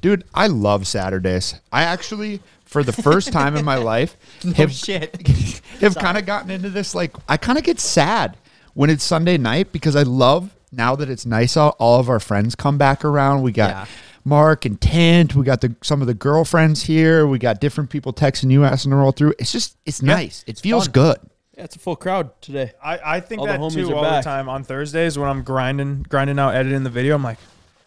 Dude, I love Saturdays. I actually, for the first time in my life, have, Oh, shit. have kind of gotten into this. Like, I kind of get sad when it's Sunday night because I love now that it's nice out. All of our friends come back around. We got Yeah. Mark and Tant. We got the some of the girlfriends here. We got different people texting you, asking to roll through. It's just, it's nice. It feels fun. good. Yeah, it's a full crowd today. I, I think All the that homies too are all back. the time on Thursdays when I'm grinding, grinding out, editing the video. I'm like,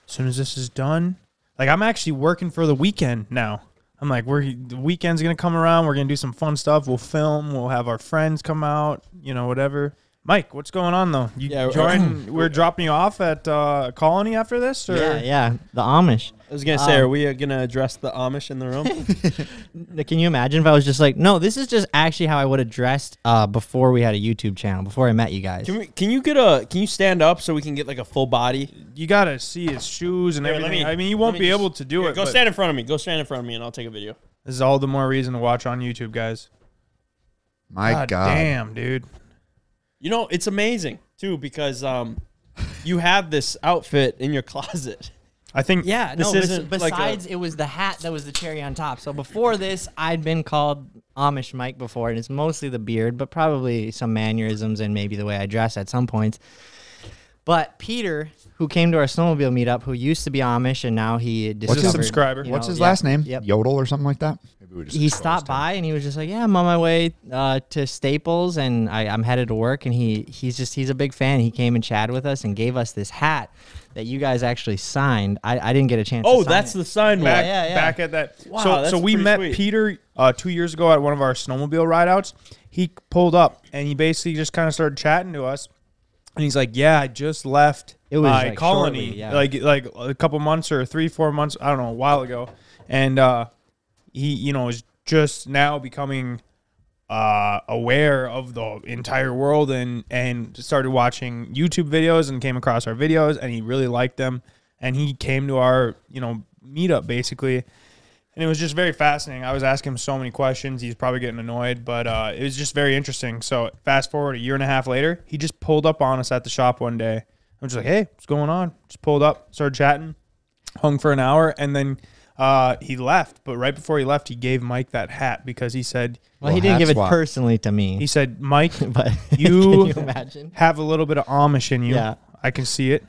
as soon as this is done, like I'm actually working for the weekend now. I'm like, we're the weekend's gonna come around. We're gonna do some fun stuff. We'll film. We'll have our friends come out. You know, whatever. Mike, what's going on though? You Yeah, join? We're dropping you off at uh, Colony after this, or Yeah, yeah. The Amish. I was gonna say, Um, are we uh, gonna address the Amish in the room? Like, Can you imagine if I was just like, no, this is just actually how I would have dressed uh, before we had a YouTube channel, before I met you guys. can we? Can you get a? Can you stand up so we can get like a full body? you gotta see his shoes and Here, let everything. me- I mean, you let won't me be just- able to do Here, it. Go but stand in front of me. Go stand in front of me, and I'll take a video. This is all the more reason to watch on YouTube, guys. My God. damn, dude. You know, it's amazing too because um, you have this outfit in your closet. I think Yeah, This no. bes- isn't like a- besides, it was the hat that was the cherry on top. So before this, I'd been called Amish Mike before, and it's mostly the beard, but probably some mannerisms and maybe the way I dress at some points. But Peter, who came to our snowmobile meetup, who used to be Amish and now he his discovered, subscriber? you What's know, his yeah, last name? Yep. Yodel or something like that? Maybe we just He stopped by and he was just like, "Yeah, I'm on my way uh, to Staples and I, I'm headed to work." And he he's just he's a big fan. He came and chatted with us and gave us this hat that you guys actually signed. I, I didn't get a chance. to Oh, sign that's it. the sign one. back, yeah, yeah. back at that. Wow, so, that's so we pretty met sweet. Peter uh, two years ago at one of our snowmobile rideouts. He pulled up and he basically just kind of started chatting to us. And he's like, "Yeah, I just left It was, my like, colony, shortly, yeah. like like a couple months or three, four months, I don't know, a while ago." And uh, he, you know, is just now becoming uh, aware of the entire world and and started watching YouTube videos and came across our videos and he really liked them and he came to our you know meetup basically and it was just very fascinating. I was asking him so many questions. He's probably getting annoyed, but uh, it was just very interesting. So fast forward a year and a half later, he just pulled up on us at the shop one day. I'm just like, hey, what's going on? Just pulled up, started chatting, hung for an hour, and then uh, he left. But right before he left, he gave Mike that hat because he said Well, he didn't give that's it why. personally to me. he said Mike but can You- you imagine? have a little bit of Amish in you. Yeah. I can see it,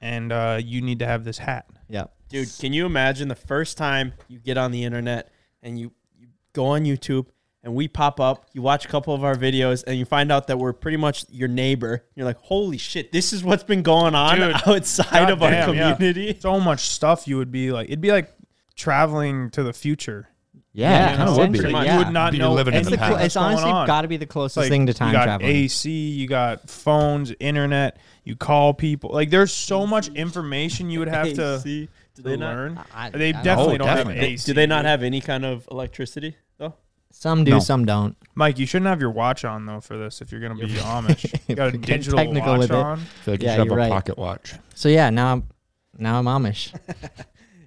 and uh, you need to have this hat. Yeah. Dude, can you imagine the first time you get on the internet and you, you go on YouTube and we pop up, you watch a couple of our videos, and you find out that we're pretty much your neighbor. You're like, holy shit, this is what's been going on Dude, outside of our Goddamn, yeah. community. So much stuff you would be like, it'd be like traveling to the future. Yeah, kinda would be. essentially, Pretty much. yeah. You would not Be know living in anything the It's, past. the that's cl- it's going honestly on. got to be the closest Like, thing to time you got traveling. AC, you got phones, internet, you call people. Like there's so much information you would have to, to AC. do they not, learn. I- they I- definitely Oh, don't definitely. have do- AC. do they not have any kind of electricity though? Some do, No. some don't. Mike, you shouldn't have your watch on though for this if you're gonna be Amish. You got a If we get digital technical watch with it. on. I feel like Yeah, you should have you're a right. pocket watch. So yeah, now I'm now I'm Amish.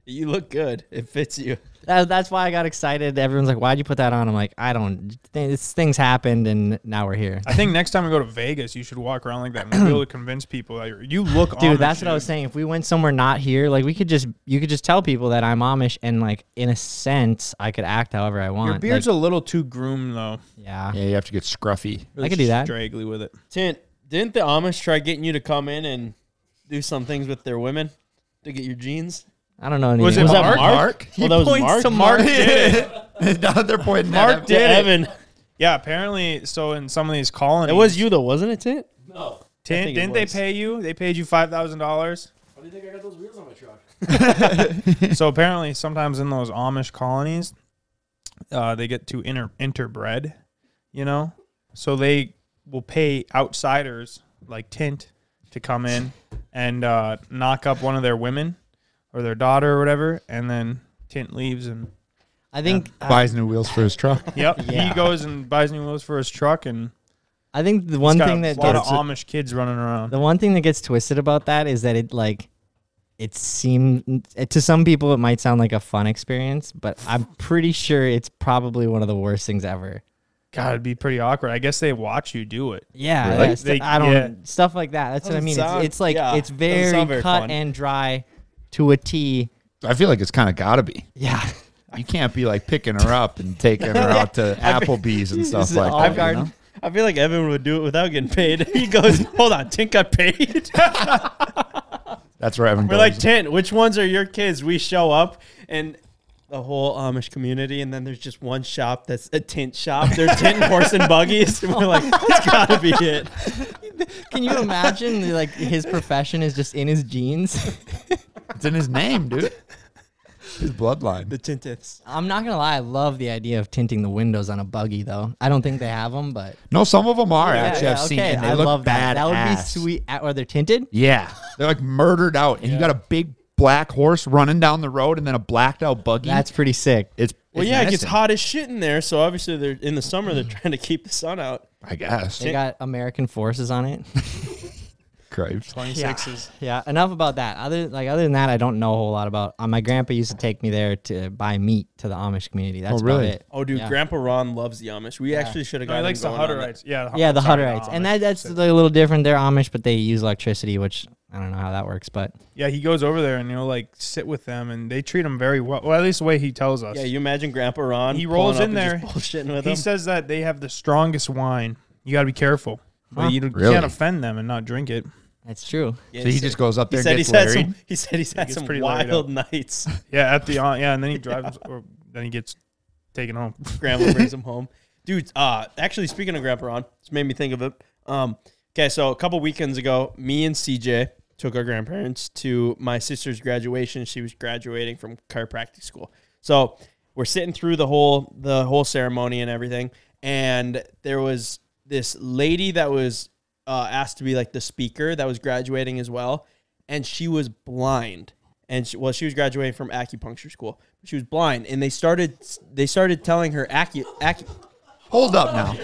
You look good. It fits you. that, that's why I got excited. Everyone's like, "Why'd you put that on?" I'm like, "I don't. th- This things happened, and now we're here." I think next time we go to Vegas, you should walk around like that and we'll be able to convince people that you're, you look Amish. Dude, that's what I was saying. If we went somewhere not here, like we could just you could just tell people that I'm Amish, and like in a sense, I could act however I want. Your beard's like, a little too groomed though. yeah. Yeah, you have to get scruffy. I could do that. Straggly with it. Tint, didn't the Amish try getting you to come in and do some things with their women to get your jeans? I don't know. Anything. Was it Was that Mark? Mark? Mark? Oh, that was points Mark. to Mark. now they're pointing that Mark out. did Evan. Yeah, apparently. So in some of these colonies, It was you though, wasn't it, Tint? I Didn't, think it didn't they was. pay you? They paid you five thousand dollars. How do you think I got those wheels on my truck? so apparently, sometimes in those Amish colonies, uh, they get to inter interbred, you know. So they will pay outsiders like Tint to come in and uh, knock up one of their women or their daughter or whatever, and then Tint leaves and I think Buys new wheels for his truck. yep, Yeah. he goes and buys new wheels for his truck, and I think the one he's got thing a that lot of gets- Amish kids running around. The one thing that gets twisted about that is that it like it seemed to some people it might sound like a fun experience, but I'm pretty sure it's probably one of the worst things ever. God, it'd be pretty awkward. I guess they watch you do it. Yeah, Really? yeah, stu- They- I don't yeah. stuff like that. That's what I Doesn't mean. sound- it's, it's like yeah, it's doesn't sound very, very cut fun. and dry to a T I feel like it's kind of got to be. Yeah. You can't be like picking her up and taking her out to Applebee's and stuff Is it like Olive that. you Garden? know? I feel like Evan would do it without getting paid. He goes, "Hold on, Tint got paid." That's where Evan We're goes. like, "Tint, which ones are your kids?" We show up and the whole Amish community, and then there's just one shop that's a tint shop. They're tint horse and buggies, and we're like, "It's gotta be it." Can you imagine like his profession is just in his jeans? it's in his name, dude. His bloodline. The tintits. I'm not gonna lie, I love the idea of tinting the windows on a buggy though. I don't think they have them, but No, some of them are Yeah, actually. yeah, I've seen, okay, and they I look love badass. that. That would be sweet. At, are they tinted? Yeah, they're like murdered out, and you got a big black horse running down the road, and then a blacked out buggy. That's pretty sick. it's Well, it's yeah, it gets menacing, hot as shit in there, so obviously they're in the summer. They're trying to keep the sun out. I guess. They got American forces on it. Cripes. yeah. yeah. Enough about that. Other like other than that, I don't know a whole lot about. Uh, my grandpa used to take me there to buy meat to the Amish community. That's really? about it. Oh, dude, Yeah. Grandpa Ron loves the Amish. We actually should have No, got. he him likes the going on that. Hutterites. Yeah, the Yeah, the Hutterites are Hutterites, and Amish. that, that's a little different. They're Amish, but they use electricity, which I don't know how that works. But yeah, he goes over there and he'll like sit with them, and they treat him very well. Well, at least the way he tells us. Yeah, you imagine Grandpa Ron. He pulling rolls up in and just there. bullshitting with he him. says that they have the strongest wine. You got to be careful. But Huh. you, you Really? can't offend them and not drink it. that's true. Yeah, So he said- just goes up He there said and he's gets had Larry. some. He said he's had gets some pretty laid wild nights. Yeah, at the uh, yeah, and then he drives, or then he gets taken home. Grandma brings him home, dude. Uh, actually, speaking of Grandpa Ron, it's made me think of it. Um, okay, so a couple weekends ago, me and CJ took our grandparents to my sister's graduation. She was graduating from chiropractic school, so we're sitting through the whole the whole ceremony and everything. And there was this lady that was uh, asked to be like the speaker that was graduating as well, and she was blind. And she, well, she was graduating from acupuncture school. She was blind, and they started they started telling her acu, acu Hold up now.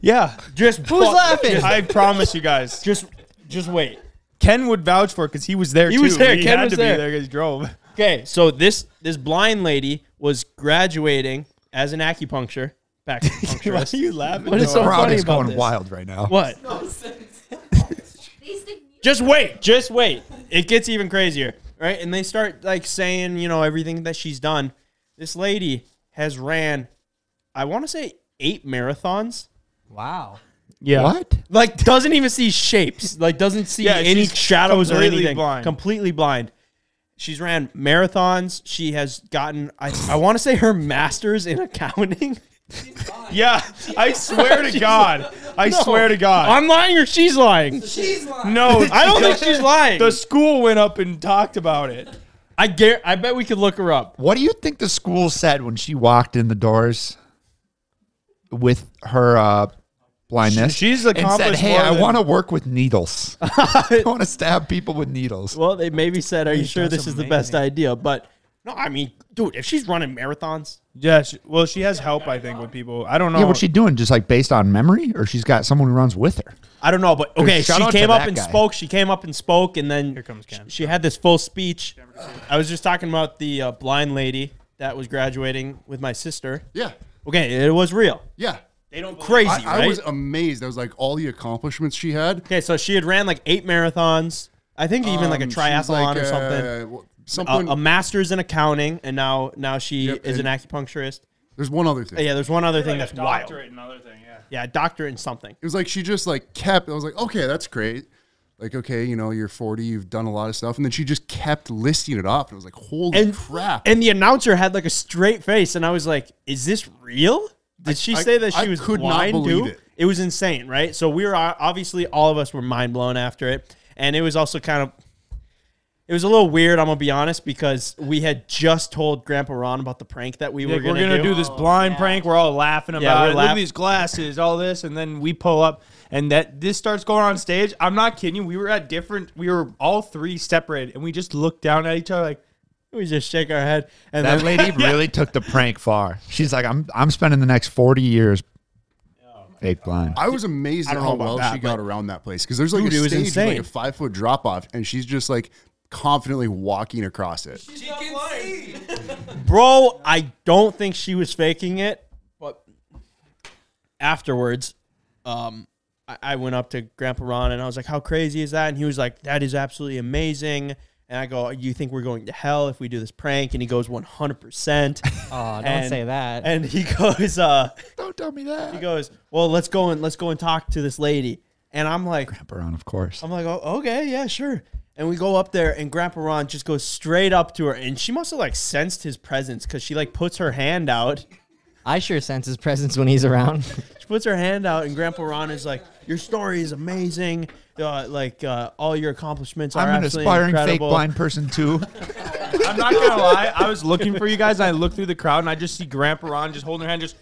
Yeah, just Who's fuck- laughing? I promise you guys, Just just wait. Ken would vouch for it because he was there. He too. was there. He Ken had was to there. be there because he drove. Okay, so this this blind lady was graduating as an acupuncture acupuncturist. you laughing? What is so The crowd funny is about going this? wild right now. What? just wait, just wait. It gets even crazier, right? And they start like saying, you know, everything that she's done. This lady has ran, I want to say eight marathons. Wow. Yeah. What? Like doesn't even see shapes. Like doesn't see Yeah, any she's shadows or completely anything. blind. Completely blind. She's ran marathons. She has gotten I, I want to say her masters in accounting. Yeah, I swear to God, I swear to God. I'm lying or she's lying. no, I don't think she's lying. The school went up and talked about it. I gar- I bet we could look her up. What do you think the school said when she walked in the doors with her uh, blindness? She- she's and said, accomplished "Hey, more I than- want to work with needles. I want to stab people with needles." Well, they maybe said, "Are you sure that's this is the best amazing. idea?" But no, I mean, dude, if she's running marathons, Yeah, she, well, she has help, I think, with people. I don't know. Yeah, what's she doing? Just like based on memory, or she's got someone who runs with her? I don't know, but okay, shout she out to came up that and guy. spoke. She came up and spoke, and then Here comes Ken. she had this full speech. I was just talking about the uh, blind lady that was graduating with my sister. Yeah, Okay, it was real, yeah. they don't crazy, I, I right? was amazed. I was like, all the accomplishments she had. okay, so she had ran like eight marathons. I think even like a Um, she was triathlon like, or something. uh, well, A, something. a master's in accounting, and now now she Yep, is an and- acupuncturist. There's one other thing. Yeah, there's one other thing that's wild. Another thing, yeah. Yeah, a doctorate in something. It was like she just like kept. I was like, okay, that's great. Like, okay, you know, you're 40, you've done a lot of stuff, and then she just kept listing it off. And I was like, holy And crap! And the announcer had like a straight face, and I was like, "Is this real? Did she I- say that she I was could not blind believe too?" it. was insane, right? So we were uh, obviously all of us were mind blown after it, and it was also kind of. It was a little weird, I'm gonna be honest, because we had just told Grandpa Ron about the prank that we Like, were gonna, do. Oh. this blind prank. We're all laughing about Yeah, we're it. Look laugh- at these glasses, all this, and then we pull up, and that this starts going on stage. I'm not kidding you. We were at different. We were all three separated, and we just looked down at each other like, we just shake our head, and That then lady really took the prank far. She's like, "I'm I'm spending the next forty years fake blind." I was amazed at don't how know about well that, she got but- around that place because there's like Dude, it a was stage with like insane. a five foot drop off, and she's just like confidently walking across it. bro, I don't think she was faking it, but afterwards, um, I, I went up to Grandpa Ron and I was like, "How crazy is that?" And he was like, "That is absolutely amazing." And I go, "You think we're going to hell if we do this prank?" And he goes, "100%." Oh, don't And- say that. And he goes, uh, Don't tell me he that. goes, "Well, let's go and let's go and talk to this lady." And I'm like, Pepperon, of course. I'm like, "Oh, okay, yeah, sure." And we go up there, and Grandpa Ron just goes straight up to her, and she must have like sensed his presence because she like puts her hand out, I sure sense his presence when he's around. she puts her hand out, and Grandpa Ron is like, "Your story is amazing, uh, like uh, all your accomplishments are I'm an absolutely aspiring fake incredible." blind person too. I'm not gonna lie. I was looking for you guys, and I looked through the crowd, and I just see Grandpa Ron just holding her hand, just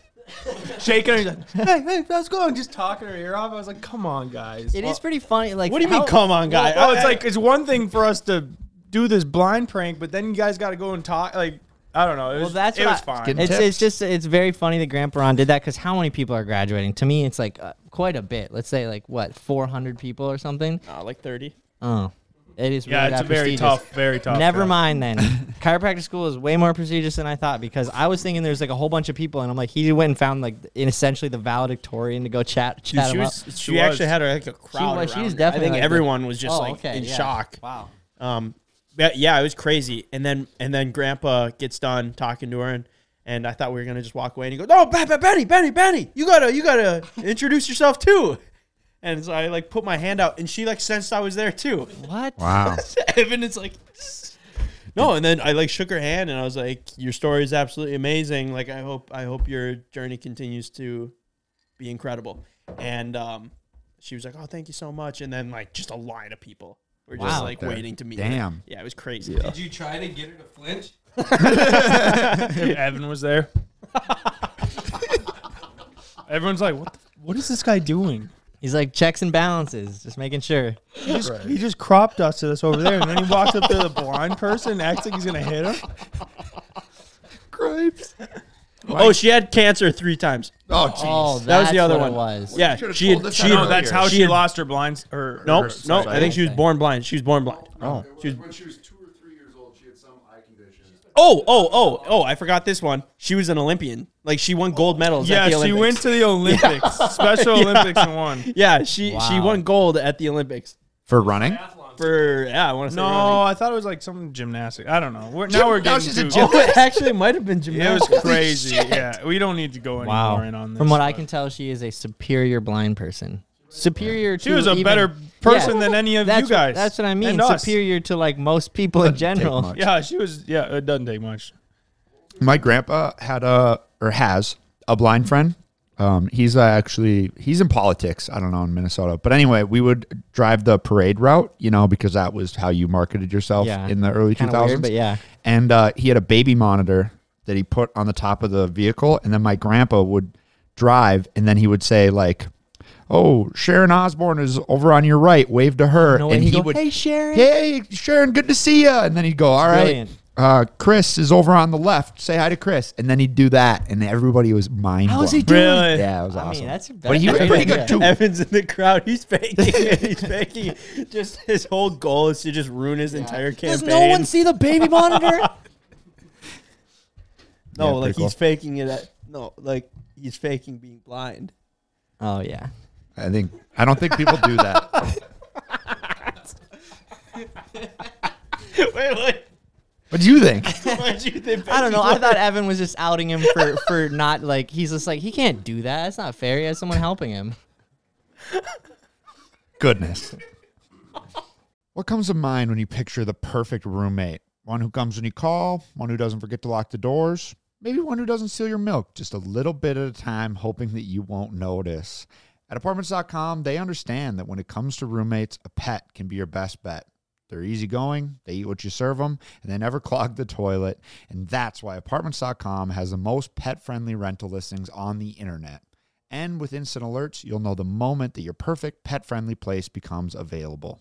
shaking her. He's like, "Hey, hey, how's it going?" Just talking her ear off. I was like, "Come on, guys." It is pretty funny. Like, What do you mean, how- come on, guy? Well, I- it's I- like it's one thing for us to do this blind prank, but then you guys got to go and talk. Like, I don't know. It was, Well, that's it what was I- fine. Getting It's, tips. it's just it's very funny that Grandpa Ron did that because how many people are graduating? To me, it's like uh, quite a bit. Let's say like what 400 people or something. Nah, like 30. Oh, it is. yeah, really it's that a very prestigious. tough, very tough. Never yeah. mind then. Chiropractic school is way more prestigious than I thought because I was thinking there's like a whole bunch of people and I'm like he went and found like in essentially the valedictorian to go chat Dude, chat she him up. was, she She actually was. had like a crowd. was- she around was her. definitely I think like the- everyone was just Oh, like okay, in yeah. shock. Wow. Um, but yeah, it was crazy. And then and then Grandpa gets done talking to her, and, and I thought we were gonna just walk away. And he goes, "No, Be- Be- Betty, Betty, Betty, you gotta you gotta introduce yourself too." And so I like put my hand out, and she like sensed I was there too. What? Wow. Evan is like, no. And then I like shook her hand, and I was like, "Your story is absolutely amazing. Like, I hope I hope your journey continues to be incredible." And um, she was like, "Oh, thank you so much." And then like just a line of people were just Wow. like There. waiting to meet. Her. Damn. Yeah, it was crazy. Did you try to get her to flinch? Evan was there. Everyone's like, "What? The, what is this guy doing?" He's like checks and balances, just making sure. He just, he just crop dusted us over there, and then he walks up to the blind person, acts like he's gonna hit him. Gripes. Oh, she had cancer three times. Oh, jeez. Oh, That was that's the other what one. It was. Yeah, should've she told had, us she that had- earlier. That's how she had- lost her blinds. Her Nope, no, I think she was Okay. born blind. She was born blind. Oh. It was when she was two or three years old. She had some eye condition. Oh, oh, oh, oh! I forgot this one. She was an Olympian. Like she won gold medals. at Yeah, the she Olympics. went to the Olympics, Special Olympics, and won. Yeah, she she Wow. won gold at the Olympics For running? for yeah. I want to say No, running. I thought it was like some gymnastic. I don't know. We're, now we're now getting she's a too- gym- Oh, it actually might have been It gymnastics. was crazy. Yeah, we don't need to go any Wow. more in on this. From what I but- can tell, she is a superior blind person. Superior to she was a even- better person than any of that's you guys. What, that's what I mean. And us. Superior to like most people in general. much. Yeah, she was. Yeah, it doesn't take much. My grandpa had a or has a blind friend. Um, he's uh, actually he's in politics. I don't know in Minnesota, but anyway, we would drive the parade route, you know, because that was how you marketed yourself Yeah. in the early two Kinda weird, thousands. but yeah. and uh, he had a baby monitor that he put on the top of the vehicle, and then my grandpa would drive, and then he would say like, "Oh, Sharon Osborne is over on your right. Wave to her," No, and and he he'd go, would "Hey, Sharon." hey Sharon, good to see you. And then he'd go, all right, Brilliant. uh, Chris is over on the left. Say hi to Chris. And then he'd do that, and everybody was mind. How's he blown. doing? Really? Yeah, it was I awesome. mean, that's a but he was great pretty idea. good too. Evans in the crowd. He's faking. it. He's faking. it. Just his whole goal is to just ruin his entire campaign. Does no one see the baby monitor? Yeah, No, pretty like cool. he's faking it. At, no, like he's faking being blind. oh yeah. I think I don't think people do that. wait, wait. What do you think? Why'd you think? I don't know. I thought Evan was just outing him for for not like he's just like he can't do that. That's not fair. He has someone helping him. Goodness. What comes to mind when you picture the perfect roommate? One who comes when you call, one who doesn't forget to lock the doors, maybe one who doesn't steal your milk just a little bit at a time, hoping that you won't notice. At apartments.com, they understand that when it comes to roommates, a pet can be your best bet. They're easygoing, they eat what you serve them, and they never clog the toilet. And that's why apartments.com has the most pet friendly rental listings on the internet. And with instant alerts, you'll know the moment that your perfect pet friendly place becomes available.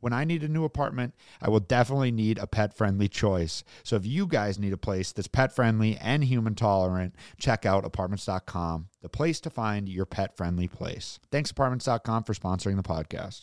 When I need a new apartment, I will definitely need a pet friendly choice. So if you guys need a place that's pet friendly and human tolerant, check out apartments.com, the place to find your pet friendly place. Thanks, apartments.com, for sponsoring the podcast.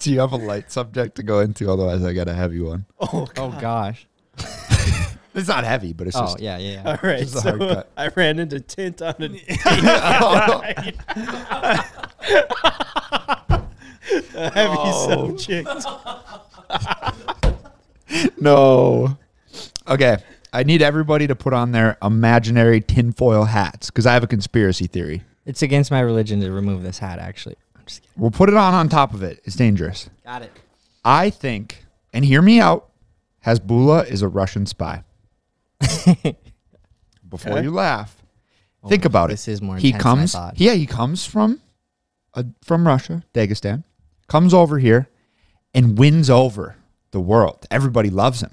Do you have a light subject to go into? Otherwise, I got a heavy one. Oh gosh. It's not heavy, but it's Oh just. yeah, yeah. yeah. All right, is a hard so cut. I ran into tint on it. a heavy subject. No. Okay. I need everybody to put on their imaginary tinfoil hats because I have a conspiracy theory. It's against my religion to remove this hat. Actually, I'm just kidding. We'll put it on on top of it. It's dangerous. Got it. I think, and hear me out, Hasbullah is a Russian spy. Before you laugh, think about Oh, this it. is more He intense than I comes. thought. Yeah, he comes from, uh, from Russia, Dagestan, comes over here, and wins over the world. Everybody loves him,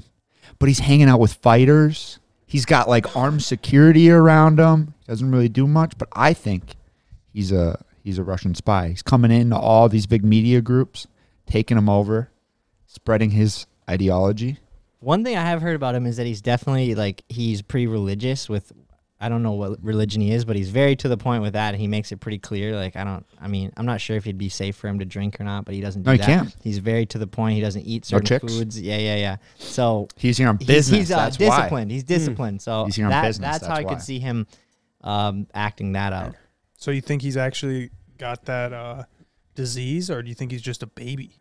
but he's hanging out with fighters. He's got like armed security around him. Doesn't really do much, but I think he's a he's a Russian spy. He's coming into all these big media groups, taking them over, spreading his ideology. One thing I have heard about him is that he's definitely like he's pretty religious with I don't know what religion he is, but he's very to the point with that and he makes it pretty clear. Like I don't I mean, I'm not sure if it'd be safe for him to drink or not, but he doesn't do No, he that. can't. He's very to the point, he doesn't eat certain chicks? foods. Yeah, yeah, yeah. So He's here on he's- business. He's, uh, that's why. Hmm. disciplined. He's disciplined. So He's here on that- business, that's, how that's I why. could see him um, acting that out. So you think he's actually got that uh, disease, or do you think he's just a baby?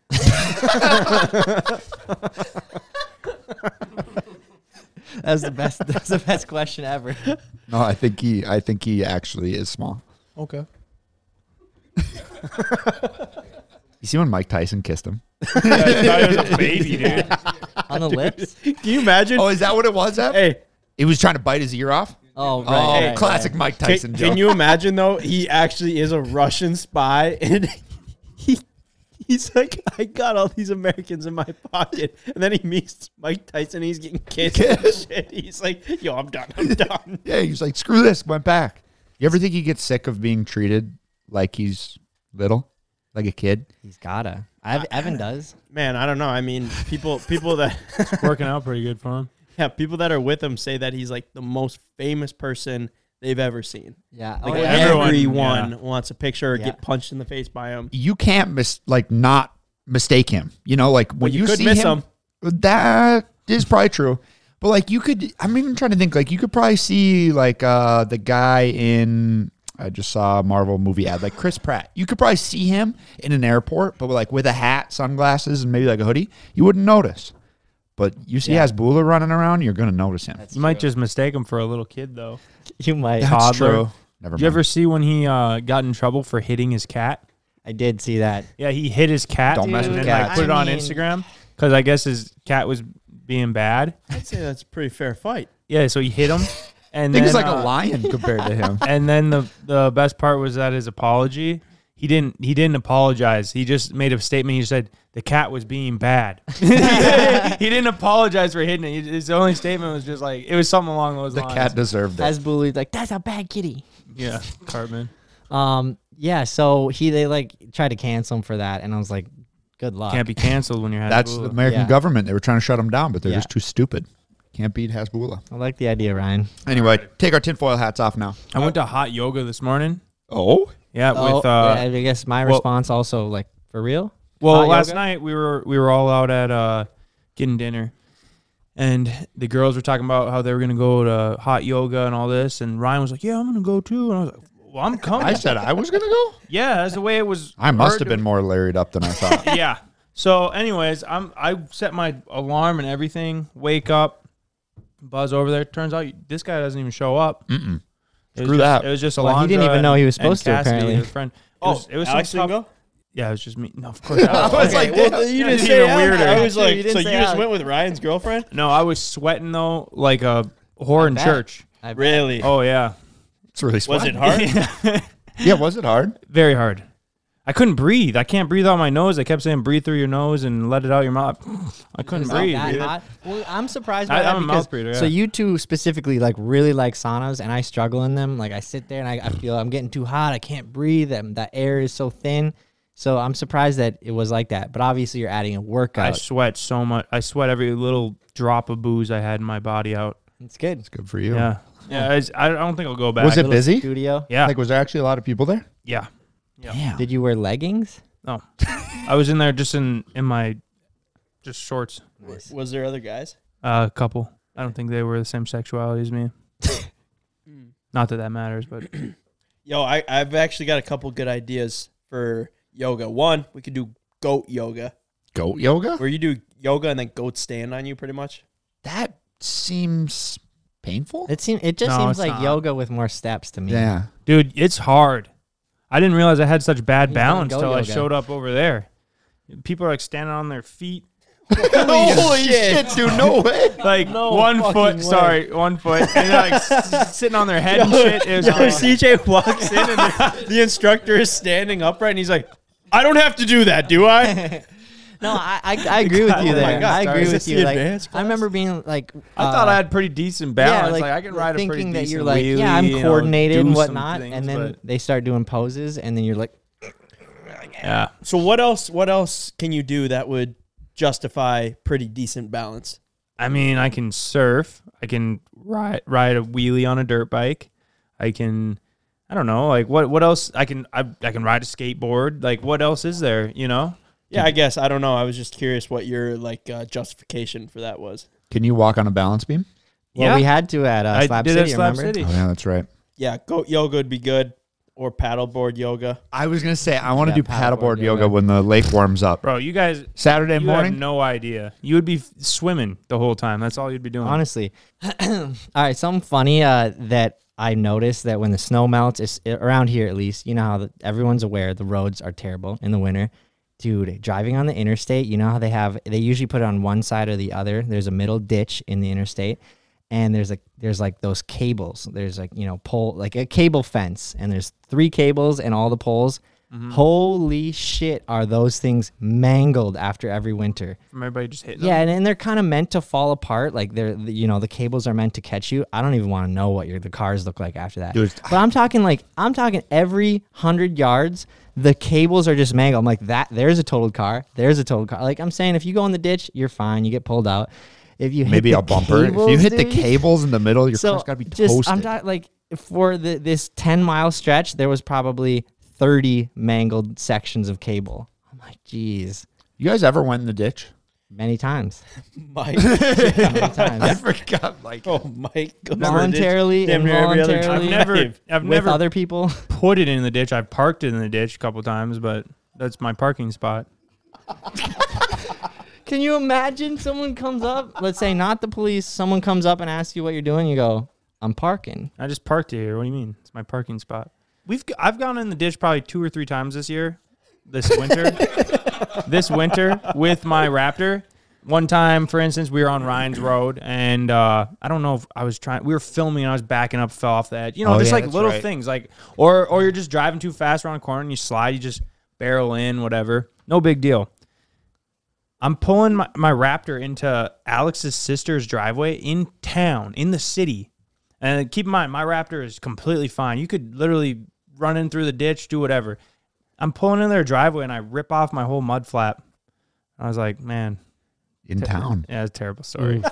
That's the best that's the best question ever. No, I think he. I think he actually is small. Okay. You see when Mike Tyson kissed him? a baby, dude. On the lips? Can you imagine? Oh, is that what it was? Ev? hey, He was trying to bite his ear off. Oh right. oh, right, right. classic Mike can, Tyson joke. can you imagine though? He actually is a Russian spy, and he he's like, I got all these Americans in my pocket, and then he meets Mike Tyson. He's getting kissed. and shit. He's like, Yo, I'm done. I'm done. yeah, he was like, screw this, went back. You ever think he gets sick of being treated like he's little, like a kid? He's gotta. I've, Evan does. Man, I don't know. I mean, people people that Working out pretty good for him. yeah people that are with him say that he's like the most famous person they've ever seen. Yeah. Like oh, yeah. everyone- everyone, yeah. wants a picture or Yeah. get punched in the face by him. You can't miss, like, not mistake him. You know, like when you you, could see miss him, him. that is probably true. But like, you could. I'm even trying to think. Like, you could probably see like uh the guy in. I just saw a Marvel movie ad, like Chris Pratt. You could probably see him in an airport, but like with a hat, sunglasses, and maybe like a hoodie, you wouldn't notice. But you see Yeah. Hasbulla running around, you're gonna notice him. You might just mistake him for a little kid, though. You might. That's toddler. true. Never mind. Did you ever see when he uh, got in trouble for hitting his cat? I did see that. Yeah, he hit his cat. Don't mess and with then, like, cats. put it I on mean- Instagram because I guess his cat was being bad. I'd say that's a pretty fair fight. Yeah, so he hit him, and I think then he's like uh, a lion compared to him. and then the the best part was that his apology. He didn't. He didn't apologize. He just made a statement. He said the cat was being bad. he didn't apologize for hitting it. His only statement was just like it was something along those The lines. cat deserved it. As bullied, like that's a bad kitty. yeah, Cartman. Um. Yeah. So he they like tried to cancel him for that, and I was like, good luck. Can't be canceled when you're having. That's the American Yeah. government. They were trying to shut him down, but they're Yeah. just too stupid. Can't beat Hasbulla. I like the idea, Ryan. Anyway, take our tinfoil hats off now. I went to hot yoga this morning. Oh, Yeah, Oh, with uh, yeah, I guess my well- response also like for real. Well, Hot last yoga? night we were we were all out at uh, getting dinner, and the girls were talking about how they were gonna go to hot yoga and all this, and Ryan was like, "Yeah, I'm gonna go too," and I was like, "Well, I'm coming." I said I was gonna go. yeah, that's the way it was. I must heard have been more larried up than I thought. to- yeah. So, anyways, I'm I set my alarm and everything. Wake up, buzz over there. Turns out this guy doesn't even show up. Mm-mm. Screw that. It was just Well, Alondra. he didn't even and- know he was and supposed to, Cassidy, apparently. his friend. It was, it was some Alex stuff- Singo? Yeah, it was just me. No, of course. not. Oh, I was like, Okay, Well, damn. you Yeah, didn't it's say even Alex. weirder. I was Yeah, like, you so didn't you say just Alex. went with Ryan's girlfriend? No, I was sweating though, like a whore in bet. church. I bet. Really? Oh yeah, it's really Was sweaty. it hard? Yeah, was it hard? very hard. I couldn't breathe. I can't breathe out my nose. I kept saying breathe through your nose and let it out your mouth. I couldn't It's not breathe. that dude. hot. Well, I'm surprised by I- that I'm a because- mouth breather, so yeah. you two specifically like really like saunas, and I struggle in them. Like I sit there and I, I feel I'm getting too hot. I can't breathe. And that air is so thin. So I'm surprised that it was like that. But obviously, you're adding a I workout. sweat so much. I sweat every little drop of booze I had in my body out. it's good. Good for you. Yeah. Yeah. I, I don't think I'll go back. Was it Little busy? studio. Yeah. Like, was there actually a lot of people there? yeah. Yeah. Did you wear leggings? No. I was in there just in in my just shorts. Was there other guys? Uh, a couple. I don't think they were the same sexuality as me. Not that that matters, but Yo, I, I've actually got a couple good ideas for yoga. One, we could do goat yoga, Goat yoga? where you do yoga and then goats stand on you pretty much. That seems painful. It seems. It just No, seems it's like not. yoga with more steps to me. yeah. dude, it's hard. I didn't realize I had such bad doing balance go till I yoga. showed up over there. People are like standing on their feet, Holy shit, dude. No way. like one foot. Sorry, one foot, and they're like s- sitting on their head and shit. It was Yo, like- CJ walks in and the, the instructor is standing upright and he's like, I don't have to do that, do I? No, I I, I agree with you Oh my there. God, I sorry. agree Is with this you. the Like advanced I remember being like. I thought uh, I had pretty decent balance. Yeah, like, I could ride a pretty thinking that decent you're like, wheelie, yeah, I'm you know, coordinated do and some whatnot, things, and then but- they start doing poses, and then you're like, yeah, so what else what else can you do that would justify pretty decent balance? I mean, I can surf. I can ride ride a wheelie on a dirt bike. I can, I don't know, like what what else? I can I I can ride a skateboard. Like what else is there? You know, Yeah, I guess. I don't know. I was just curious what your like uh, justification for that was. Can you walk on a balance beam? well, Yeah. we had to at uh, I Slab did City, at Slab remember? City. Oh, yeah, that's right. Yeah, goat yoga would be good or paddleboard yoga. I was going to say, I want to Yeah, do paddleboard paddleboard yoga yoga. when the lake warms up. bro. You guys, Saturday you have morning? no idea. You would be f- swimming the whole time. That's all you'd be doing. Honestly, all right. Something funny uh, that I noticed that when the snow melts, it's around here at least. You know how the, everyone's aware the roads are terrible in the winter. Dude, driving on the interstate, you know how they have they usually put it on one side or the other. There's a middle ditch in the interstate, and there's like there's like those cables. There's like you know pole like a cable fence, and there's three cables and all the poles. Holy shit, are those things mangled after every winter? From everybody just hitting. Yeah, them. and, and they're kind of meant to fall apart. Like they're, the- you know, the cables are meant to catch you. I don't even want to know what your the cars look like after that. Dude, it's- but I'm talking like I'm talking every hundred yards, the cables are just mangled. I'm like that. There's a totaled car. There's a totaled car. Like I'm saying, if you go in the ditch, you're fine. You get pulled out. If you hit Maybe the a bumper. if you cables, hit the dude, cables in the middle, your so car's got to be just toasted. I'm not like for the, this 10 mile stretch, there was probably 30 mangled sections of cable. I'm like, geez, you guys ever went in the ditch? many times, Mike. many times. forgot. Like, oh, Mike. goes Voluntarily, Damn near every other I've involuntarily. never, I've with never other people. put it in the ditch. I've parked it in the ditch a couple times, but that's my parking spot. Can you imagine someone comes up? Let's say not the police. Someone comes up and asks you what you're doing. You go, "I'm parking." I just parked it here. What do you mean? It's my parking spot. We've g- I've gone in the ditch probably two or three times this year, this winter, this winter with my Raptor. One time, for instance, we were on Ryan's Road, and uh, I don't know if I was trying. We were filming, and I was backing up, fell off the edge. You know, Oh, just yeah, like that's little right. things, like or or you're just driving too fast around a corner and you slide, you just barrel in, whatever. No big deal. I'm pulling my, my Raptor into Alex's sister's driveway in town, in the city. And keep in mind, my Raptor is completely fine. You could literally run in through the ditch, do whatever. I'm pulling in their driveway and I rip off my whole mud flap. I was like, man, in town. yeah, it's a terrible story.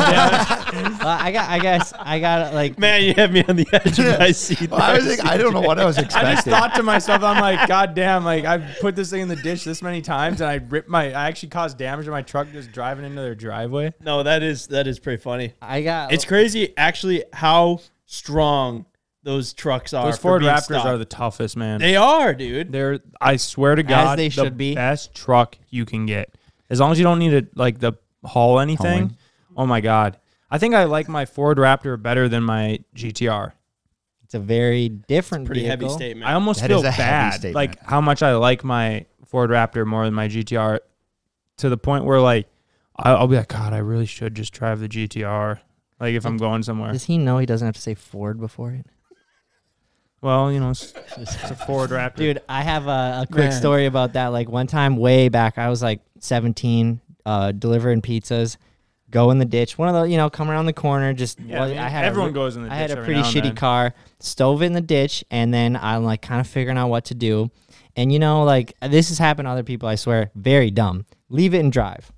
Uh, I got. I guess I got like. Man, you have me on the edge. when I see that. Well, I was like, I don't know what I was expecting. I just thought to myself, I'm like, God damn, like I've put this thing in the ditch this many times and I ripped my, I actually caused damage to my truck just driving into their driveway. No, that is that is pretty funny. I got. It's crazy actually how strong those trucks are. Those for Ford being Raptors stock. are the toughest, man. They are, dude. They're I swear to God, they the should be. best truck you can get. As long as you don't need to like the haul anything. Hauling. Oh my God. I think I like my Ford Raptor better than my GTR. It's a very different Pretty heavy vehicle. I statement. almost That feel is a heavy bad statement. like how much I like my Ford Raptor more than my GTR to the point where like I- I'll be like, God, I really should just drive the GTR. Like if I'm going somewhere. Does he know he doesn't have to say Ford before it? Well, you know, it's, it's a Ford Raptor. Dude, I have a, a quick story about that. Like one time way back, I was like 17, uh, delivering pizzas, go in the ditch. One of the, you know, come around the corner, just Yeah, I mean, a everyone re- goes in the I had ditch a every pretty now and then. shitty car, stove it in the ditch, and then I'm like kind of figuring out what to do. And you know, like this has happened to other people, I swear, very dumb. Leave it and drive.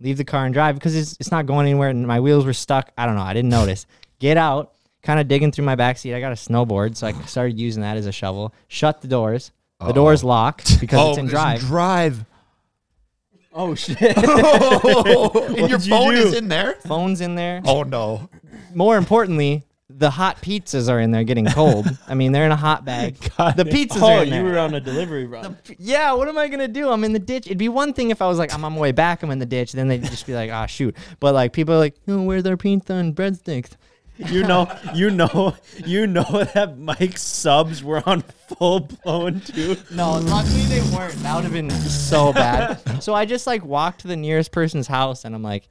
Leave the car and drive because it's, it's not going anywhere and my wheels were stuck. I don't know. I didn't notice. Get out, kind of digging through my backseat. I got a snowboard, so I started using that as a shovel. Shut the doors. The doors lock because it's in drive. Oh, drive. Oh shit! and your did you phone do? is in there. Phones in there. Oh no! More importantly, the hot pizzas are in there getting cold. I mean, they're in a hot bag. the pizzas oh, are in you there. were on a delivery run. yeah, what am I gonna do? I'm in the ditch. It'd be one thing if I was like, I'm on my way back, I'm in the ditch. Then they'd just be like, ah, shoot. But like, people are like, no, where's our pizza and breadsticks? you know, you know, you know that Mike's subs were on full blown too. No, luckily they weren't. That would have been so bad. so I just like walked to the nearest person's house, and I'm like,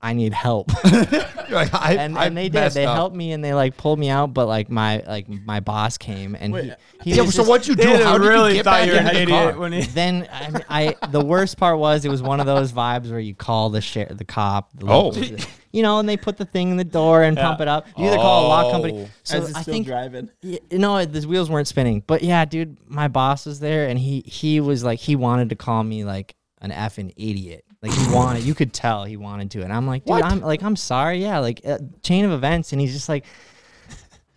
I need help. You're like, I, and, I and they did. messed They up. helped me and they like pulled me out, but like my like my boss came and Wait, he, he Yeah, was so just- what you do? Dude, How I did really you get thought back you were an into the idiot car? when he. Then I, I the worst part was it was one of those vibes where you call the share the cop. The locals, you know, and they put the thing in the door and pump it up. You either call a lock company. Oh. So As it's I still think driving. Y- no, the wheels weren't spinning. But yeah, dude, my boss was there, and he he was like, he wanted to call me like an effing idiot. Like he wanted, you could tell he wanted to. And I'm like, dude, I'm like, I'm sorry. Yeah, like uh, chain of events, and he's just like.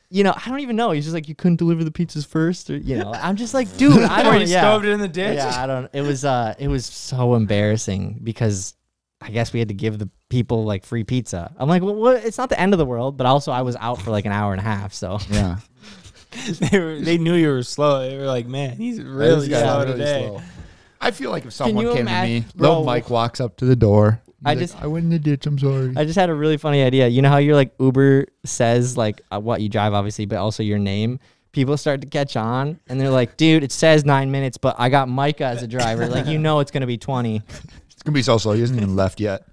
You know, I don't even know. He's just like, you couldn't deliver the pizzas first, or you know. I'm just like, dude, I Before don't. you Yeah. stoved it in the ditch. Yeah, I don't. It was uh, it was so embarrassing because I guess we had to give the people like free pizza. I'm like, well, what? it's not the end of the world, but also I was out for like an hour and a half, so Yeah, they, were, they knew you were slow. They were like, man, he's This really guy's slow really today. slow. I feel like if someone you came imagine- to me, Bro. little Mike walks up to the door. He's I like, just- I went in the ditch. I'm sorry. I just had a really funny idea. You know how you're like Uber says like uh, what you drive, obviously, but also your name. People start to catch on, and they're like, "Dude, it says nine minutes, but I got Micah as a driver. Like, you know, it's gonna be 20. it's gonna be so slow. He hasn't even left yet.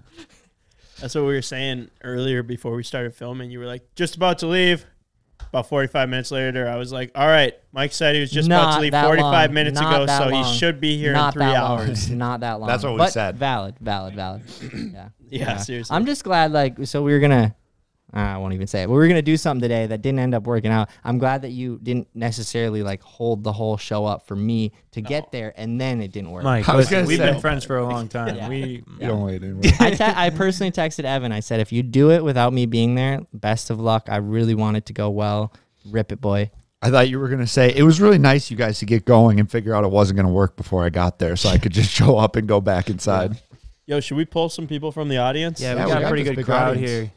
That's what we were saying earlier before we started filming. You were like, just about to leave. About 45 minutes later, I was like, all right, Mike said he was just about Not to leave that 45 long. minutes Not ago, that so long. he should be here Not in three that long. hours. Not that long. That's what we But said. Valid, valid, valid. Yeah. Yeah, seriously. I'm just glad, like, so we were gonna. I won't even say it. but We were gonna do something today that didn't end up working out. I'm glad that you didn't necessarily like hold the whole show up for me to get there, and then it didn't work. Mike, I was listen, gonna we've say- been friends for a long time. We You don't wait anymore. I, te- I personally texted Evan. I said, if you do it without me being there, best of luck. I really want it to go well. Rip it, boy. I thought you were gonna say it was really nice you guys to get going and figure out it wasn't gonna work before I got there, so I could just show up and go back inside. Yo, should we pull some people from the audience? Yeah, Yeah, we we got got a pretty this good big crowd audience. here.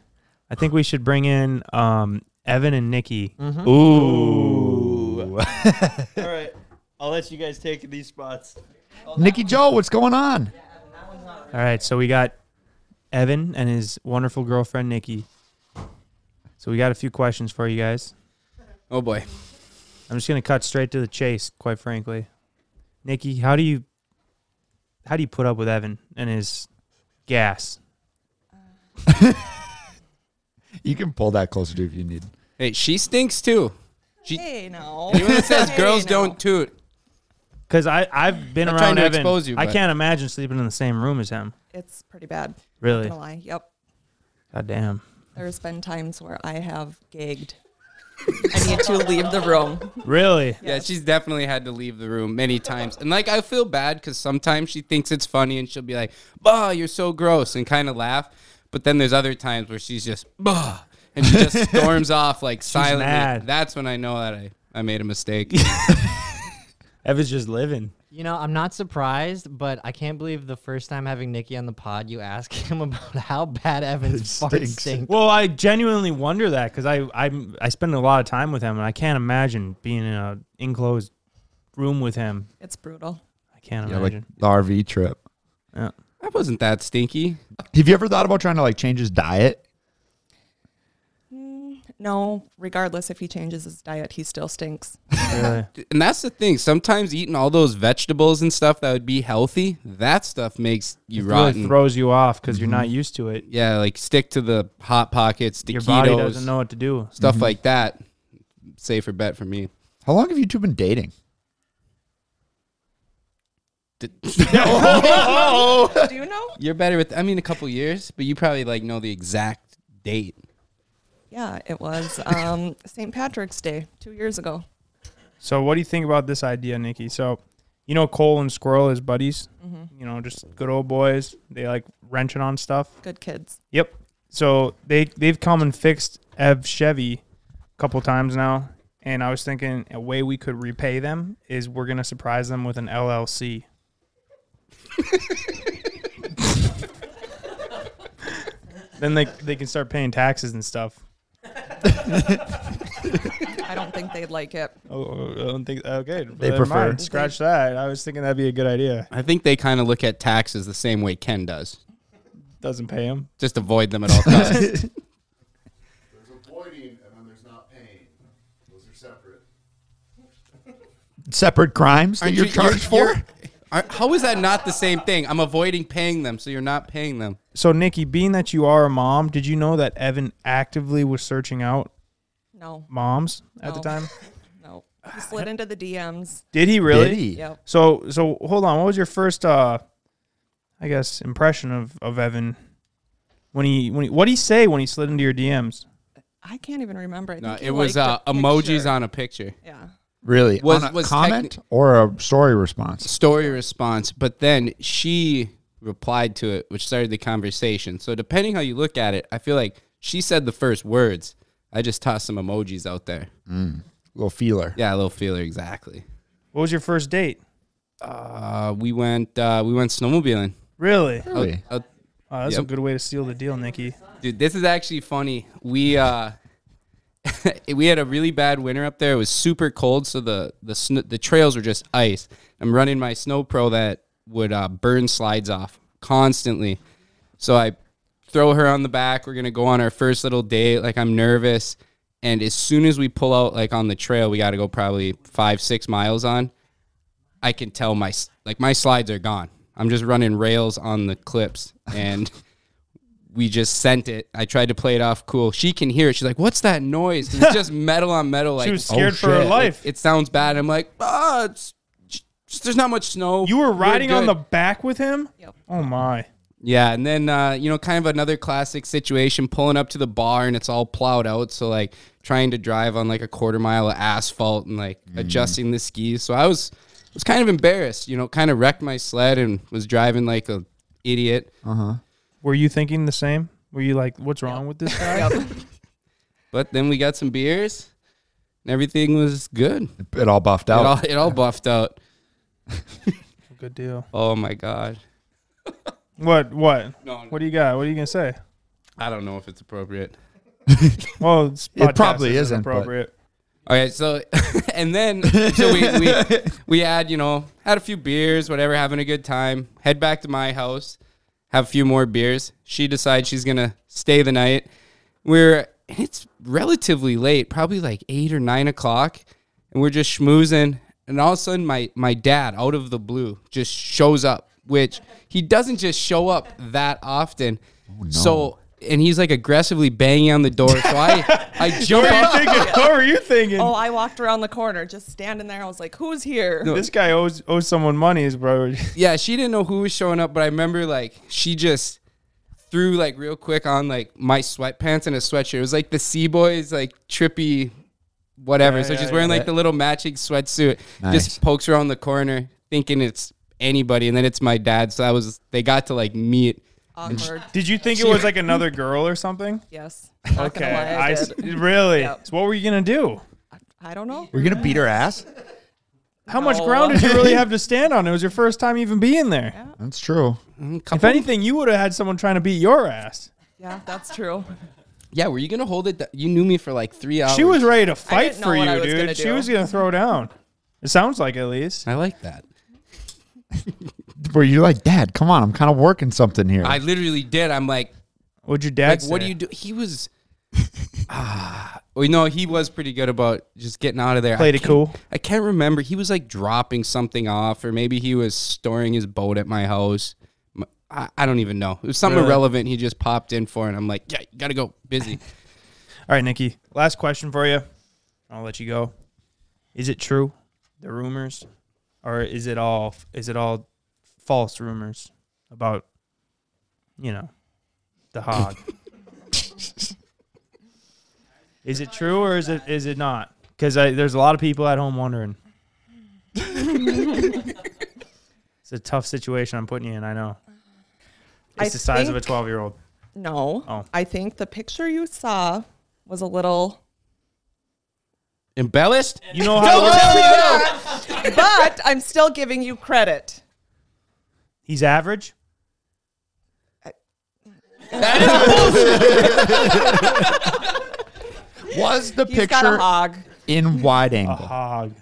I think we should bring in um, Evan and Nikki. Ooh, All right. I'll let you guys take these spots. Nikki Joe, what's going on? All right, so we got Evan and his wonderful girlfriend Nikki. So we got a few questions for you guys. Oh boy. I'm just gonna cut straight to the chase, quite frankly. Nikki, how do you how do you put up with Evan and his gas? You can pull that closer to if you need. Hey, she stinks too. Hey, no. Anyone that says girls don't toot. Because I I've been Not around trying to Evan. expose you, I but- can't imagine sleeping in the same room as him. It's pretty bad. Really? Not gonna lie. Yep. God damn. There's been times where I have gigged. I need to leave the room. Really? Yeah, she's definitely had to leave the room many times. And like I feel bad because sometimes she thinks it's funny and she'll be like, Bah, you're so gross and kinda laugh. But then there's other times where she's just bah and she just storms off like silently. mad. That's when I know that I, I made a mistake. Evan's just living. You know, I'm not surprised, but I can't believe the first time having Nikki on the pod, you ask him about how bad Evan's farts stinks. stink. Well, I genuinely wonder that because I I I spend a lot of time with him, and I can't imagine being in an enclosed room with him. It's brutal. I can't Yeah, like imagine. the RV trip. I wasn't that stinky. Have you ever thought about trying to like change his diet? No, regardless if he changes his diet, he still stinks. really. And that's the thing. Sometimes eating all those vegetables and stuff that would be healthy, that stuff makes you It rotten. really throws you off because you're not used to it. yeah, like stick to the hot pockets, the Your ketos. Mm-hmm. body doesn't know what to do. stuff like that. Safer bet for me. How long have you two been dating? Do you know? You're better with. I mean, a couple years, but you probably like know the exact date. Yeah, it was um, St. Patrick's Day two years ago. So, what do you think about this idea, Nikki? So, you know, Cole and Squirrel is buddies. Mm-hmm. You know, just good old boys. They like wrenching on stuff. Good kids. Yep. So they they've come and fixed Ev Chevy a couple times now, and I was thinking a way we could repay them is we're gonna surprise them with an LLC. then they they can start paying taxes and stuff. I don't think they'd like it. Oh, I don't think okay. They never mind. prefer. scratch that. I was thinking that'd be a good idea. I think they kind of look at taxes the same way Ken does. Doesn't pay him. Just avoid them at all costs. There's avoiding and then there's not paying. Those are separate. Separate crimes that Aren't you're you- charged you're- for? you're- are- how is that not the same thing? I'm avoiding paying them, so you're not paying them. So Nikki, being that you are a mom, did you know that Evan actively was searching out No, moms at the No. time? no. He slid into the DMs. Did he really? Did he? Yep. So so hold on. What was your first uh I guess impression of of Evan when he when he, what did he say when he slid into your DMs? I can't even remember. I No, think he it was uh, liked a emojis picture. on a picture. Yeah. Really? Was- On a was comment techni- or a story response? story response, but then she replied to it, which started the conversation. So depending how you look at it, I feel like she said the first words. I just tossed some emojis out there. little feeler. Yeah, a little feeler exactly. What was your first date? Uh, we went uh, we went snowmobiling. Really? Out- Really? out- Oh, that's a Yep. good way to seal the deal, Nikki. dude, this is actually funny. We uh, we had a really bad winter up there. It was super cold, so the the sn- the trails were just ice. I'm running my snow pro that would uh, burn slides off constantly. So I throw her on the back. We're gonna go on our first little date. Like I'm nervous, and as soon as we pull out like on the trail, we got to go probably five six miles on. I can tell my s- like my slides are gone. I'm just running rails on the clips and we just sent it. I tried to play it off cool. She can hear it. She's like, "What's that noise?" 'Cause It's just metal on metal. Like she was scared for her shit. life. it sounds bad. I'm like, ah, it's just, there's not much snow. you were riding on the good." back with him? Yep. Oh my. yeah, and then uh, you know, kind of another classic situation, pulling up to the bar and it's all plowed out. So like trying to drive on like a quarter mile of asphalt and like adjusting the skis. So I was was kind of embarrassed. You know, kind of wrecked my sled and was driving like a idiot. Were you thinking the same? Were you like, what's wrong with this guy? But then we got some beers and everything was good. It all buffed It out. all it all buffed out. Good deal. Oh my god. What what? No, no. What do you got? What are you gonna say? I don't know if it's appropriate. Well, this It podcast probably isn't, but- appropriate. All right, so and then so we, we we had you know had a few beers, whatever, having a good time. Head back to my house, have a few more beers. She decides she's gonna stay the night. We're and it's relatively late, probably like eight or nine o'clock, and we're just schmoozing. And all of a sudden, my my dad out of the blue just shows up, which he doesn't just show up that often. So and he's like aggressively banging on the door. So I I jump up. what were you thinking? Oh, I walked around the corner, just standing there. I was like, "Who's here?" this guy owes owes someone money, is bro. yeah, she didn't know who was showing up, but I remember like she just threw like real quick on like my sweatpants and a sweatshirt. It was like the Sea Boys like trippy whatever. so yeah, she's wearing yeah. like the little matching sweatsuit. Nice. Just pokes around the corner thinking it's anybody and then it's my dad. So I was they got to like meet. Awkward. Did you think it was like another girl or something? yes. Not gonna lie, I, I s- did. really. Yep. So what were you gonna do? I don't know. We're gonna beat her ass. How much No. ground did you really have to stand on? It was your first time even being there. That's true. If anything, you would have had someone trying to beat your ass. Yeah, that's true. Yeah, were you gonna hold it? th- you knew me for like three hours. She was ready to fight didn't know for what you, I was dude. gonna She do. was gonna throw down. It sounds like at least. I like that. Where you're like, Dad, come on, I'm kind of working something here. I literally did. I'm like, What'd your dad like say? what do you do? He was. Ah, well, no, he was pretty good about just getting out of there. I Played it can't- cool. I can't remember. He was like dropping something off, or maybe he was storing his boat at my house. M- I, I don't even know. It was something Really? irrelevant. He just popped in for, and I'm like, yeah, gotta go, busy. All right, Nikki. Last question for you. I'll let you go. Is it true? The rumors, or is it all is it all false rumors about you know the hog? is it true or is it is it not? Because there's a lot of people at home wondering. it's a tough situation I'm putting you in. I know. It's I the size of a think- 12 year old. No. Oh. I think the picture you saw was a little. Embellished? You know Oh, how but I'm still giving you credit. he's average. Was the He's got picture a hog. in wide A angle? hog.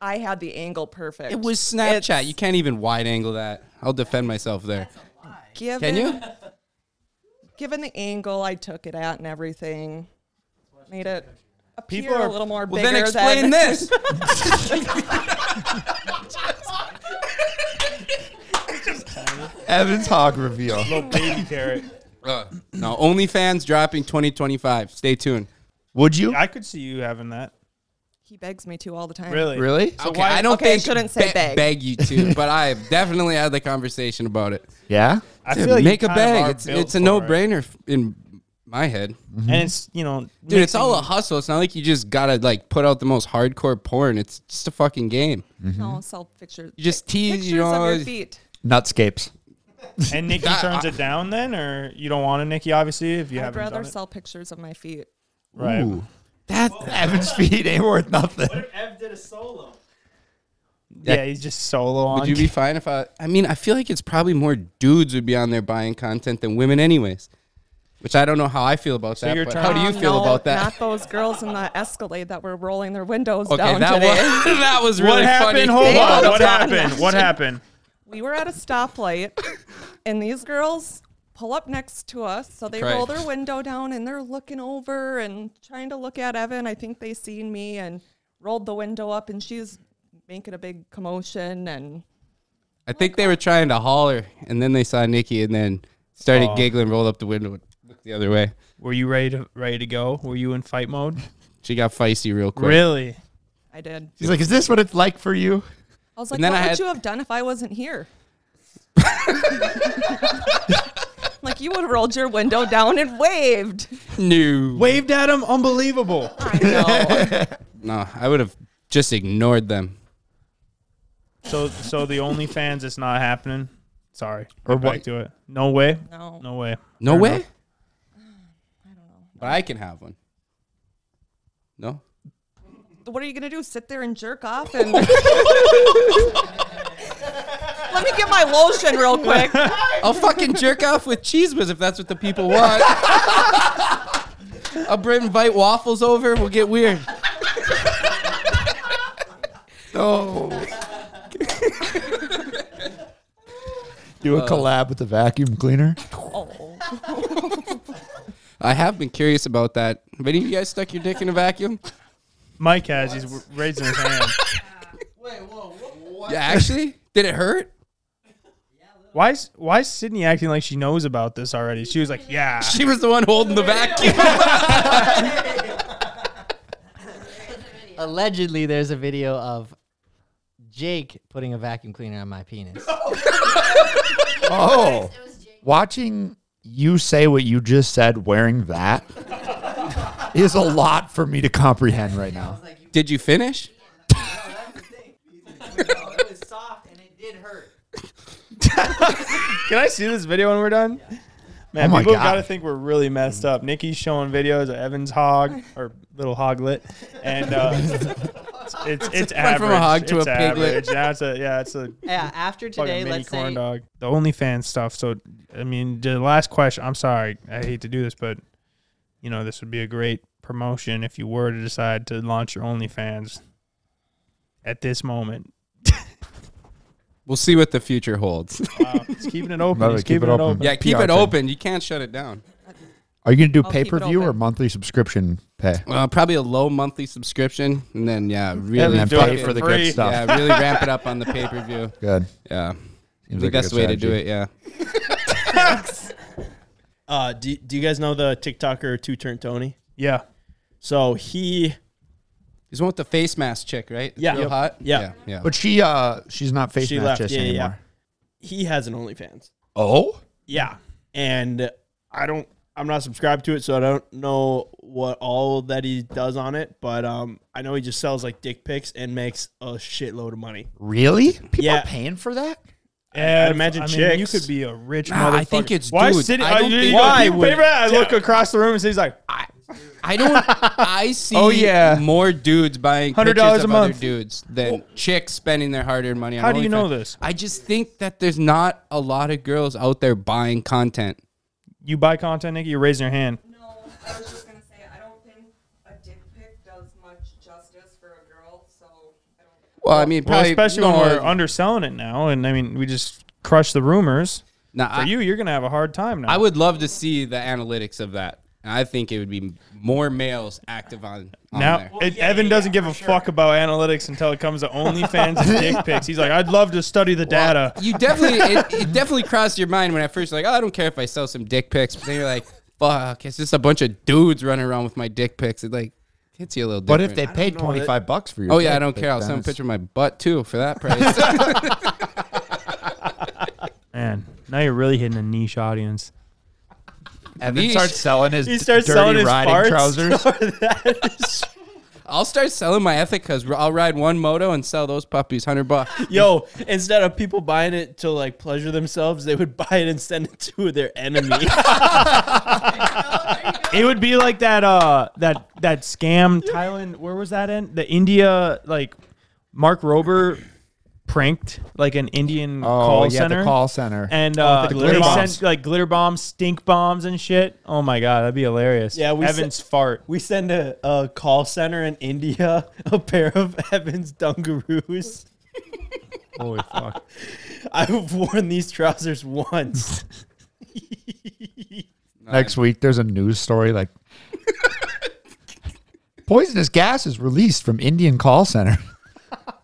I had the angle perfect. It was Snapchat. you can't even wide angle that. I'll defend myself there. given, Can you? Given the angle I took it at and everything, made it appear People are- a little more Well, bigger then than explain this. Evan's hog reveal. Baby carrot. no, OnlyFans dropping 2025. Stay tuned. Would you? I could see you having that. He begs me to all the time. Really? Really? okay, I don't Uh, okay, I think shouldn't say beg. beg you to, but I have definitely had the conversation about it. Yeah. I Dude, feel like you make a kind of are bag. It's built it's a for no it. brainer in my head, dude. And it's you know, It's all a hustle. It's not like you just gotta like put out the most hardcore porn. It's just a fucking game. No, self pictures. Mm-hmm. You just tease, pictures you know. of your feet. Nutscapes. and Nikki turns it down then, or you don't want a Nikki, obviously, if you I'd haven't rather done it. sell pictures of my feet. right. That Evan's feet ain't worth nothing. Ev did a solo. Yeah, he's just solo on. Would you be fine if I? I mean, I feel like it's probably more dudes would be on there buying content than women, anyways. Which I don't know how I feel about that. you're But trying- how do you Oh, feel no, about that? Not those girls in the Escalade that were rolling their windows Okay, down that today. was that was really what happened? funny. Hold on. Yeah. What happened? What happened? we were at a stoplight and these girls pull up next to us so they roll Christ. their window down and they're looking over and trying to look at evan i think they seen me and rolled the window up and she's making a big commotion and I think they were trying to holler, and then they saw Nikki, and then Oh. started giggling, rolled up the window, and looked the other way. Were you ready to ready to go? Were you in fight mode? She got feisty real quick. Really? i did He's like, is this what it's like for you? i was like And then what I would had- you have done if i wasn't here like you would have rolled your window down and waved No, Waved at him. Unbelievable. i know no, I would have just ignored them. So so the OnlyFans it's not happening. Sorry. Or Get back what? to it. No way. No. No way. No Fair way. enough. But I can have one. No. what are you gonna do sit there and jerk off and let me get my lotion real quick I'll fucking jerk off with cheese whiz if that's what the people want. I'll bring invite waffles over. We'll get weird. No. Do Uh, a collab with the vacuum cleaner. I have been curious about that. Have any of you guys stuck your dick in a vacuum? Mike has. He's w- raising his hand. Yeah, actually, did it hurt? Why is Why is Sydney acting like she knows about this already? She was like, "Yeah, She was the one holding the vacuum. Allegedly, there's a video of Jake putting a vacuum cleaner on my penis. Oh. Watching you say what you just said wearing that is a lot for me to comprehend right now. Did you finish? it was soft and it did hurt. Can I see this video when we're done? Man, Oh my people God. gotta think we're really messed up. Nikki's showing videos of Evan's hog or little hoglet, and uh, it's it's went average. from a hog to it's a piglet. average. Now it's a yeah, it's a Yeah, after today, fucking mini let's corn say dog. The OnlyFans stuff. So I mean, the last question. I'm sorry, I hate to do this, but you know this would be a great promotion if you were to decide to launch your OnlyFans at this moment. We'll see what the future holds. Wow, it's keeping it open. Love It's it. Keep keeping it it open. open. Yeah, keep PR it thing. open. You can't shut it down. Are you going to do I'll keep pay it per view or open. monthly subscription pay? Uh, probably a low monthly subscription, and then yeah, really Evan's And doing fucking- pay for the free. good stuff. yeah, really ramp it up on the pay per view. Good. Yeah, I Seems a think that's good the way to do strategy. it. Yeah. Uh, do, do you guys know the TikToker Two Turn Tony? yeah. So he He's one with the face mask chick, right? Yeah. Real Yep. hot. Yeah. Yeah. yeah. But she uh she's not face She match left. just Yeah, yeah, anymore. yeah. He has an OnlyFans. Oh? Yeah. And I don't I'm not subscribed to it, so I don't know what all that he does on it, but um I know he just sells like dick pics and makes a shitload of money. Really? People Yeah. are paying for that? Yeah, I'd imagine I chicks. you could be a rich Nah, motherfucker. I think it's why dudes. sit- I I, don't you- think- you- Why you pay would- for that? I look across the room and he's like, I don't. I see. Oh, yeah. more dudes buying hundred $100 dollars a of month. other dudes than chicks spending their hard-earned money. on How do you OnlyFans. know this? I just think that there's not a lot of girls out there buying content. "You buy content, Nikki. You're raising your hand." No, I was just gonna say I don't think a dick pic does much justice for a girl, so I don't. Well, I mean, Well, probably, especially no, when we're underselling it now, and I mean, we just crush the rumors. nah, For I, you, you're gonna have a hard time now. I would love to see the analytics of that. And I think it would be more males active on, on now. there. it- Evan doesn't give a fuck about analytics until it comes to OnlyFans and dick pics. He's like, "I'd love to study the data." You definitely, it, it definitely crossed your mind when at first, like, oh, I don't care if I sell some dick pics. But then you're like, fuck, it's just a bunch of dudes running around with my dick pics. It like hits you a little But different. if they paid twenty five bucks for your Oh yeah, I dick don't pic, care. I'll then send a it's- picture of my butt too for that price. Man, now you're really hitting a niche audience. And Niche. then starts selling his He starts dirty selling his riding farts. trousers. I'll start selling my ethicas. I'll ride one moto and sell those puppies hundred bucks. Yo, instead of people buying it to like pleasure themselves, they would buy it and send it to their enemy. It would be like that uh that that scam Thailand where was that in? The India like Mark Rober pranked like an Indian Oh call yeah, center. the call Oh, center. And uh, the glitter they bombs. sent like glitter bombs, stink bombs, and shit. Oh my god, that'd be hilarious. Yeah, we Evan's se- fart. we send a, a call center in India a pair of Evans dungaroos. Holy fuck! I've worn these trousers once. Next week, there's a news story like poisonous gas is released from Indian call center.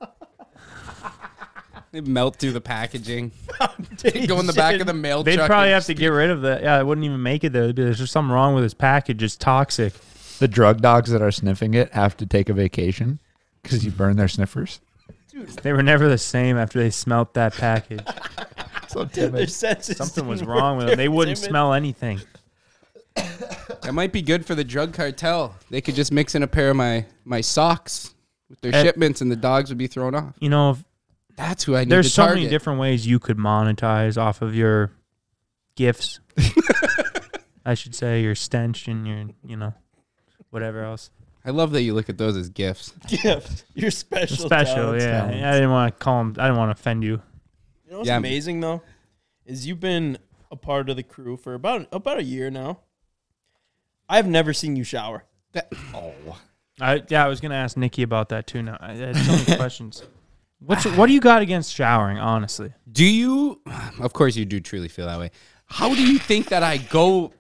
They melt through the packaging. Go in the back of the mail They'd truck. probably and- have to get rid of that. Yeah, it wouldn't even make it there. It'd be, There's just something wrong with this package. It's toxic. The drug dogs that are sniffing it have to take a vacation because you burn their sniffers. They were never the same after they smelt that package. So Their timid. senses Something didn't was work. wrong with them. They wouldn't Timid. smell anything. That might be good for the drug cartel. They could just mix in a pair of my my socks with their And- shipments, and the dogs would be thrown off. You know, if- That's who I need to there's so target. many different ways you could monetize off of your gifts. I should say your stench and your, you know, whatever else. I love that you look at those as gifts. gift. You're special. Special, talents. yeah. talents. I didn't want to call him. I didn't want to offend you. You know what's Yeah. amazing though, is you've been a part of the crew for about about a year now. I've never seen you shower. I yeah, I was gonna ask Nikki about that too. Now I had so many questions. What's what do you got against showering? Honestly, Do you? Of course, you do truly feel that way. How do you think that I go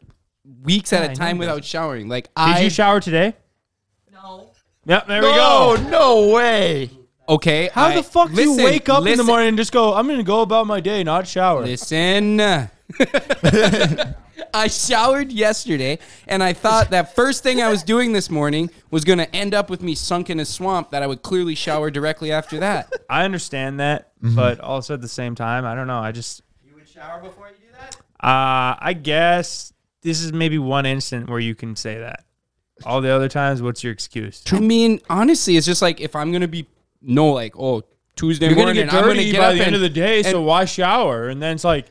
weeks at I a know time that. without showering? Like did I you shower today? No. Yep, there we Oh go. no way! okay. How I- the fuck do listen, you wake up in the listen, morning and just go? I'm gonna go about my day, not shower. Listen. I showered yesterday and I thought that first thing I was doing this morning was going to end up with me sunk in a swamp that I would clearly shower directly after that. I understand that, but also at the same time, I don't know. I just You would shower before you do that? Uh, I guess this is maybe one instant where you can say that. All the other times, what's your excuse? I mean, honestly, it's just like if I'm going to be no like, oh, Tuesday You're gonna morning get I'm going dirty to get by up the end and- of the day, so and- why shower? And then it's like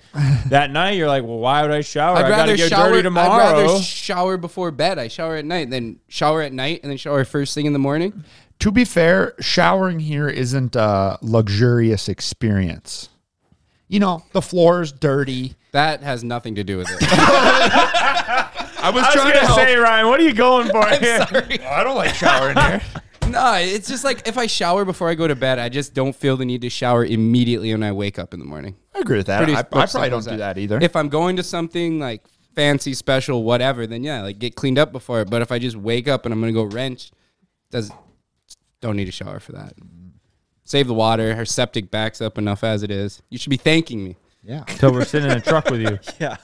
that night, you're like, well, why would I shower? I'd I gotta rather get shower dirty tomorrow. I'd rather shower before bed. I shower at night, then shower at night and then shower first thing in the morning. To be fair, showering here isn't a luxurious experience. You know, the floor is dirty. That has nothing to do with it. I was I was trying gonna to help. say, Ryan, what are you going for here? I don't like showering here. no, it's just like if I shower before I go to bed, I just don't feel the need to shower immediately when I wake up in the morning. I agree with that. Pretty I, I much simple probably as don't do that either. If I'm going to something like fancy, special, whatever, then yeah, like get cleaned up before it. But if I just wake up and I'm gonna go wrench, does don't need a shower for that. Save the water. Her septic backs up enough as it is. You should be thanking me. yeah. Until we're sitting in a truck with you. Yeah.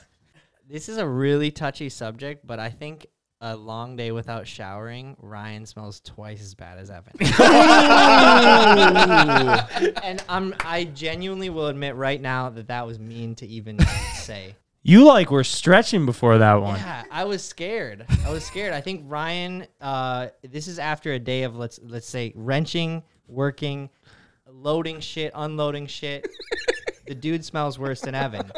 This is a really touchy subject, but I think a long day without showering, Ryan smells twice as bad as Evan. and I'm I genuinely will admit right now that that was mean to even say. You like were stretching before that one. Yeah, I was scared. I was scared. I think Ryan. Uh, this is after a day of let's let's say wrenching, working, loading shit, unloading shit. the dude smells worse than Evan.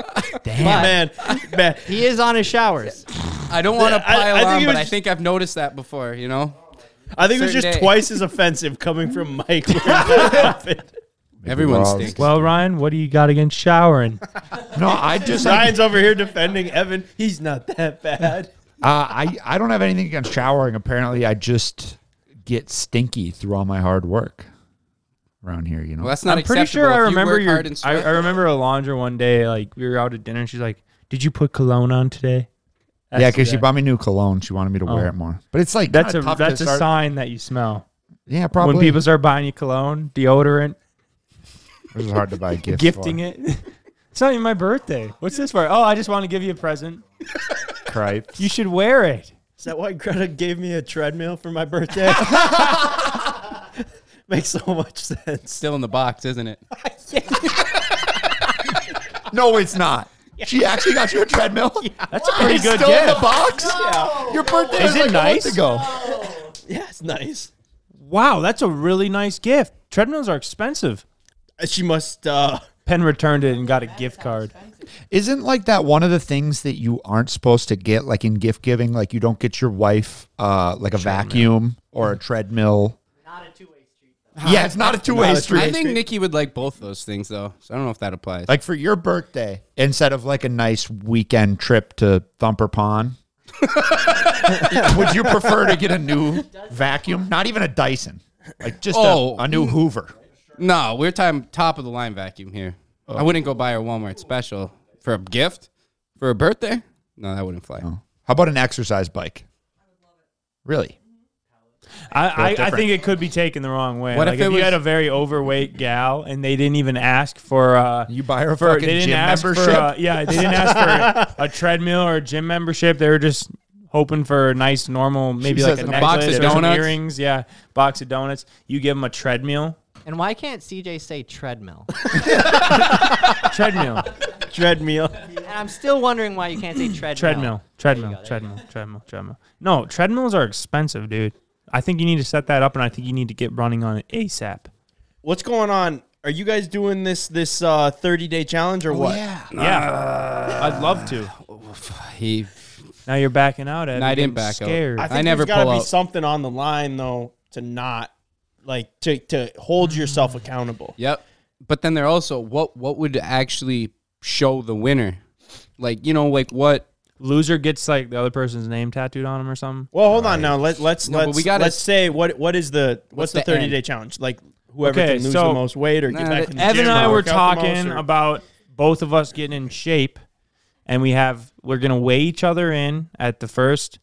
Damn, man, man. He is on his showers. I don't want to Yeah, I- pile I think on, it but was I just- think I've noticed that before. You know, I think it was Certain just day. twice as offensive coming from Mike. wearing that outfit. everyone we're all- stinks. Well, Ryan, what do you got against showering? No, I just I, uh, Ryan's over here defending Evan. He's not that bad. uh, I I don't have anything against showering. Apparently, I just get stinky through all my hard work around here. You know, Well, that's not. I'm pretty acceptable. sure I If you remember work your. hard and I, sweat- I remember Alondra one day, like we were out at dinner, and she's like, "Did you put cologne on today?" That's yeah, because she that- bought me new cologne. She wanted me to wear Oh. it more, but it's like That's a kinda tough to that's a start- sign that you smell. Yeah, probably. When people start buying you cologne, deodorant, This is hard to buy gifts. gifting it. It's not even my birthday. What's this for? Oh, I just want to give you a present. Cripes. You should wear it. Is that why Greta gave me a treadmill for my birthday? Makes so much sense. still in the box, isn't it? No, it's not. She actually got you a treadmill. That's a pretty It's good still in the gift. box. Your birthday Is was like it a month nice? ago. Yeah, it's nice. Wow, that's a really nice gift. Treadmills are expensive. Uh, She must. uh Penn returned it and got a gift card. Isn't like that one of the things that you aren't supposed to get, like in gift giving, like you don't get your wife uh, like a vacuum or a treadmill. Not a two-way street. Yeah, it's not a two way a street. I think Nikki would like both those things though, so I don't know if that applies. Like for your birthday, instead of like a nice weekend trip to Thumper Pond, would you prefer to get a new vacuum? Not even a Dyson, like just a- Oh. a, new Hoover. no, we're talking top of the line vacuum here. Oh. I wouldn't go buy her Walmart special for a gift for a birthday. No, that wouldn't fly. How about an exercise bike? Really? I, I, I different. think it could be taken the wrong way. What like if if, it you was- had a very overweight gal and they didn't even ask for uh You buy her a for fucking they didn't gym ask membership? for uh, yeah they didn't ask for a treadmill or a gym membership. They were just hoping for a nice normal maybe like says a, a necklace box of or some donuts. earrings. Yeah, box of donuts. You give them a treadmill. And why can't CJ say treadmill? Treadmill. treadmill. and I'm still wondering why you can't say treadmill. Treadmill, treadmill, treadmill, treadmill, treadmill. No, treadmills are expensive, dude. I think you need to set that up, and I think you need to get running on it ASAP. What's going on? Are you guys doing this this uh 30 day challenge or what? yeah, I'd love to. He, Now you're backing out, Evan. No, I Getting didn't back out. scared. I I I think never there's got pull to be out. something on the line though to not like to to hold yourself accountable. yep. But then they're also what what would actually show the winner? Like you know, like what Loser gets like the other person's name tattooed on him or something. Well, hold on now. Let let's No, but let's we gotta- let's say what what is the what's, What's the the 30 end? day challenge? Like whoever Okay, can lose so- the most weight or get Nah, back that- in the Evan gym and or I were work out the most talking or- about both of us getting in shape, and we have we're gonna weigh each other in at the first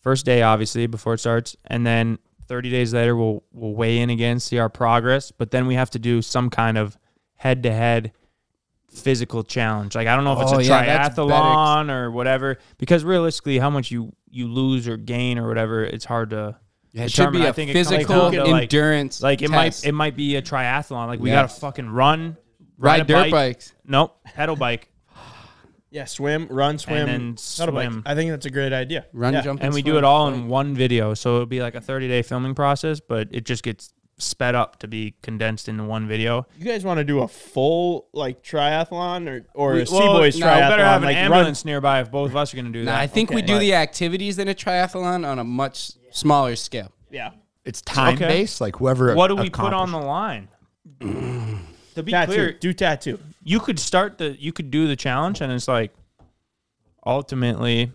first day, obviously before it starts, and then thirty days later we'll we'll weigh in again, see our progress. But then we have to do some kind of head to head physical challenge. Like I don't know if it's Oh, a yeah, that's better. triathlon or whatever, because realistically, how much you you lose or gain or whatever, it's hard to. it should determine. be I a think it comes physical down to, like- endurance. like it test. might it might be a triathlon. Like we Yeah. gotta fucking run, ride, a dirt bike. bikes. Nope, pedal bike, Yeah, swim, run, swim, then pedal bike. swim. I think that's a great idea. Run, yeah. jump, and we do it swim. all in one video. So it'll be like a 30 day filming process, but it just gets sped up to be condensed into one video. You guys want to do a full like triathlon or or We- a Sea Boys no, we triathlon? better have an like, ambulance nearby if both of us are going to do Nah, that. I think we Okay. do Right. the activities in a triathlon on a much smaller scale. Run, yeah. It's time based. Like whoever. What do we put on the accomplished- line? to be Tattoo. clear, Do tattoo. you could start the you could do the challenge, and it's like ultimately.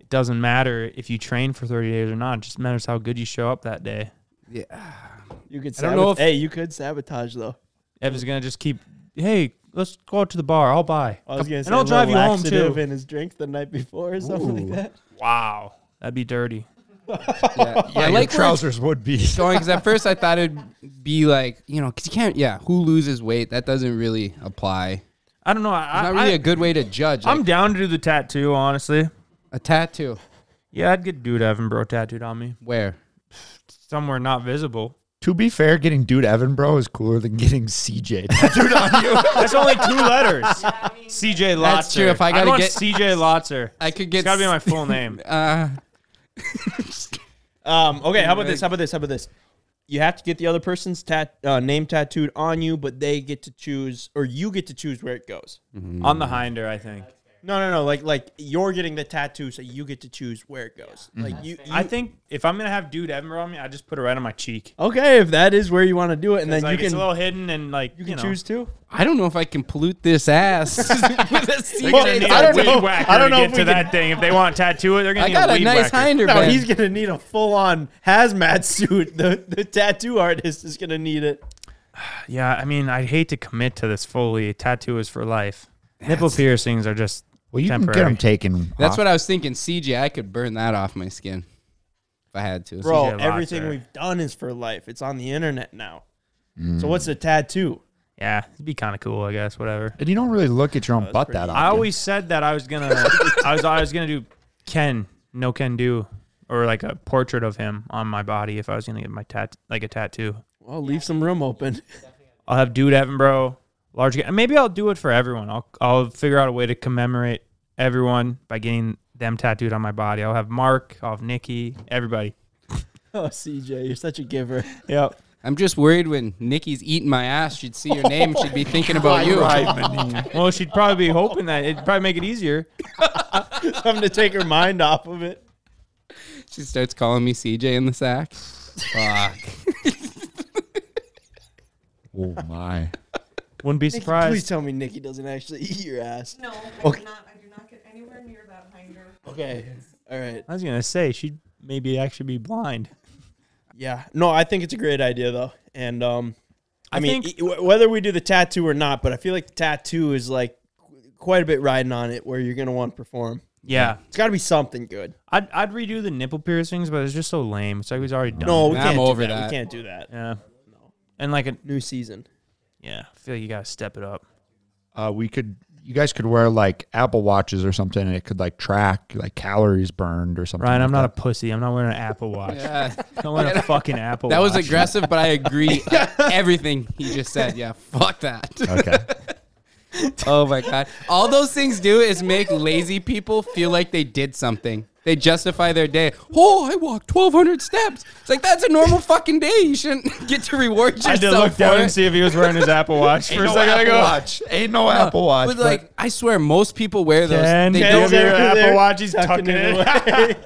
It doesn't matter if you train for 30 days or not. It just matters how good you show up that day. You could. I don't know sabot- if- hey, you could sabotage though. Evan's going to just keep, hey, let's go out to the bar. I'll buy. I was gonna and say I'll drive you home too. in his drink the night before or something like that. Wow, that'd be dirty. Yeah, yeah Yeah, I your like where it's trousers would be. going because at first I thought it'd be like you know because you can't yeah who loses weight that doesn't really apply. I don't know. I, Not I, really a good way to judge. I'm like, down to do the tattoo, honestly. a tattoo. Yeah, I'd get dude Evan bro tattooed on me Where? somewhere not visible. To be fair, getting dude Evan bro is cooler than getting CJ. tattooed on. That's only two letters. CJ Lotzer. That's true, if I gotta want get- CJ Lotzer, I could get. it's gotta be my full name. Uh, Um, okay, how about this? How about this? How about this? You have to get the other person's tat- uh, name tattooed on you, but they get to choose, or you get to choose where it goes. On the hinder, I think. No, no, no. Like, like you're getting the tattoo, so you get to choose where it goes. Like you, you I think if I'm gonna have dude Evan bro on me, I just put it right on my cheek. Okay, if that is where you want to do it, and then It's like, you it's a can little hidden and like you can know. choose too. I don't know if I can pollute this ass. with a They're CJ. gonna need I a don't weed know- whacker I don't to know get if to we that thing. If they want to tattoo it, they're gonna I need got a a weed nice whacker. hinder. No, band. he's gonna need a full-on hazmat suit. The the tattoo artist is gonna need it. Yeah, I mean, I'd hate to commit to this fully. Tattoo is for life. Nipple piercings are just Well, you temporary. can get them taken. That's off. what I was thinking. CJ, I could burn that off my skin if I had to. Bro, Lotzer. everything we've done is for life. It's on the internet now. So what's a tattoo? yeah, it'd be kind of cool, I guess. Whatever. And you don't really look at your Oh, own butt that often. I always said that I was gonna, I was, I was gonna do Ken, no Ken do, or like a portrait of him on my body if I was gonna get my tat, like a tattoo. Well, leave some room open. I'll have dude Evan bro, large. and Maybe I'll do it for everyone. I'll, I'll figure out a way to commemorate everyone by getting them tattooed on my body. I'll have Mark, I'll have Nikki, everybody. Oh, CJ, you're such a giver. Yep. I'm just worried when Nikki's eating my ass, she'd see your name, she'd be thinking about you. well, she'd probably be hoping that it'd probably make it easier. Something to take her mind off of it. She starts calling me CJ in the sack. Fuck. Oh my! Wouldn't be Please surprised. tell me Nikki doesn't actually eat your ass. No, I, Okay. do not, I do not get anywhere near that hinder. Okay. All right. I was gonna say she'd maybe actually be blind. Yeah. No, I think it's a great idea though, and um, I, I mean, think- e- w- whether we do the tattoo or not, but I feel like the tattoo is like qu- quite a bit riding on it, where you're gonna want to perform. Yeah, It's got to be something good. I'd, I'd redo the nipple piercings, but it's just so lame. It's like it was already done. No, we I'm can't do over that. that. We can't do that. Yeah. And like a New season. yeah, I feel like you gotta step it up. Uh, we could. You guys could wear like Apple watches or something, and it could like track like calories burned or something. Ryan, like I'm not a that. pussy. I'm not wearing an Apple Watch. Yeah. I'm wearing a fucking Apple Uh, That was Watch. aggressive, but I agree. uh, everything he just said. Yeah, fuck that. Okay. Oh my god. All those things do is make lazy people feel like they did something. They justify their day. Oh, I walked 1,200 steps. It's like that's a normal fucking day. You shouldn't get to reward yourself. I had to look for down it. and see if he was wearing his Apple Watch for a no second. I Apple go, Watch. Ain't no Apple Watch. But but- like, I swear, most people wear those. Ken, They Ken, don't, give me your Over there, Apple Watch. He's tucking it. in. away.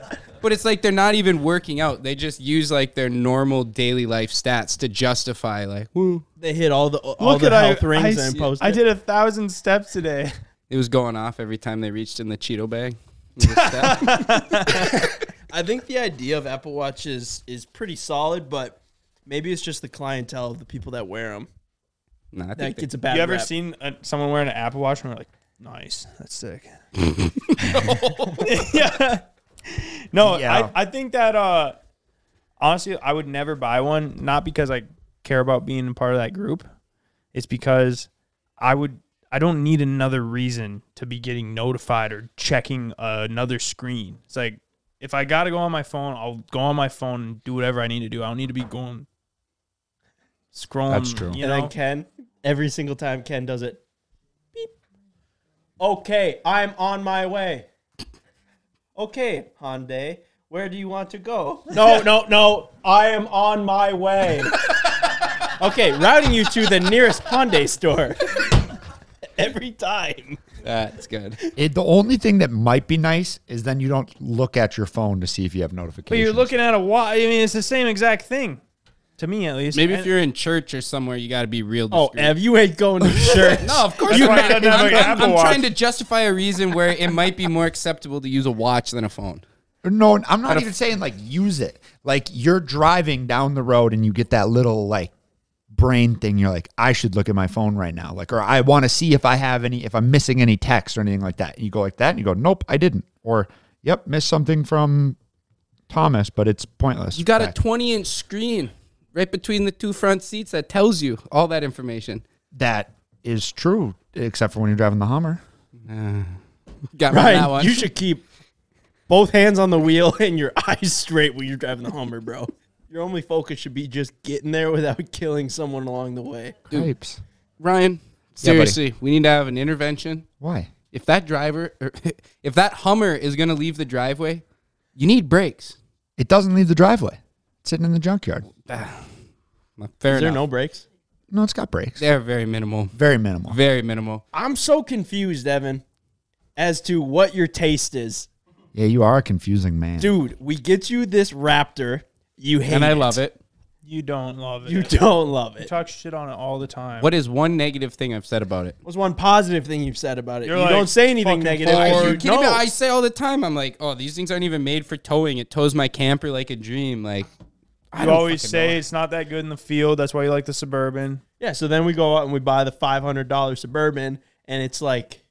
but it's like they're not even working out. They just use like their normal daily life stats to justify like, woo, they hit all the all Look the at I, health rings I, and post. I did a thousand steps today. it was going off every time they reached in the Cheeto bag. It was that. I think the idea of Apple Watch is is pretty solid, but maybe it's just the clientele of the people that wear them Nah, I that think gets a bad. You ever rep. seen uh, someone wearing an Apple Watch and we're like, nice, that's sick. yeah. No, Yeah. I, I think that uh, honestly, I would never buy one, not because I care about being a part of that group. It's because I would I don't need another reason to be getting notified or checking another screen. It's like if I gotta go on my phone, I'll go on my phone and do whatever I need to do. I don't need to be going scrolling. That's true. You and know? then Ken, every single time Ken does it, beep. Okay, I'm on my way. Okay, Hyundai, where do you want to go? No, no, no, I am on my way. okay, routing you to the nearest Hyundai store. Every time. that's good. It, the only thing that might be nice is then you don't look at your phone to see if you have notifications. But you're looking at a watch. I mean, it's the same exact thing, to me at least. Maybe if And- you're in church or somewhere, you got to be real. Oh, discreet. Ev, you ain't going to church. No, of course That's you why I not. don't have I'm, an I'm- Apple I'm Watch. trying to justify a reason where it might be more acceptable to use a watch than a phone. No, I'm not even saying like use it. Like you're driving down the road and you get that little like brain thing. You're like, I should look at my phone right now. Like, or I want to see if I have any, if I'm missing any text or anything like that. And you go like that and you go, nope, I didn't. Or, yep, missed something from Thomas, but it's pointless. You got a Back. 20 inch screen right between the two front seats that tells you all that information. that is true, except for when you're driving the Hummer. Got me on that Ryan, one. you should keep both hands on the wheel and your eyes straight when you're driving the Hummer, bro. Your only focus should be just getting there without killing someone along the way. Pipes. Ryan, Yeah, buddy. seriously, we need to have an intervention. Why? If that driver, or if that Hummer is going to leave the driveway, you need brakes. It doesn't leave the driveway. It's sitting in the junkyard. Fair Is there enough. no brakes? No, it's got brakes. They're very minimal. Very minimal. Very minimal. I'm so confused, Evan, as to what your taste is. Yeah, you are a confusing man. Dude, we get you this Raptor. You hate and I love it. You don't love it. You don't love You it. talk shit on it all the time. What is one negative thing I've said about it? What's one positive thing you've said about it? You're you like, don't say anything fucking negative. Ford. because Are You you you- kidding me? No. I say all the time, I'm like, oh, these things aren't even made for towing. It tows my camper like a dream. Like, I You don't always fucking say know. it's not that good in the field. That's why you like the suburban. Yeah, so then we go out and we buy the $500 Suburban, and it's like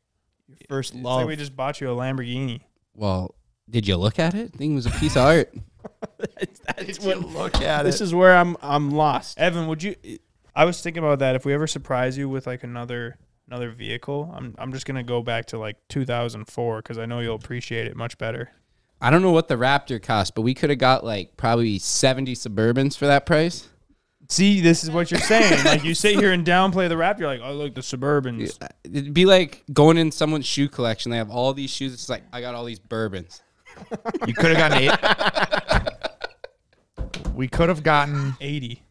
your first It's love. Oh. like we just bought you a Lamborghini. Well, did you look at it? Thing was a piece of art. That's what, look at this is where I'm I'm lost. Evan, would you? I was thinking about that. If we ever surprise you with like another another vehicle, I'm I'm just gonna go back to like 2004 because I know you'll appreciate it much better. I don't know what the Raptor cost, but we could have got like probably 70 Suburbans for that price. See, this is what you're saying. like you sit here and downplay the rap. You're like, oh look, the Suburbans. It'd be like going in someone's shoe collection. They have all these shoes. It's like, I got all these bourbons. You could have gotten eight. we could have gotten 80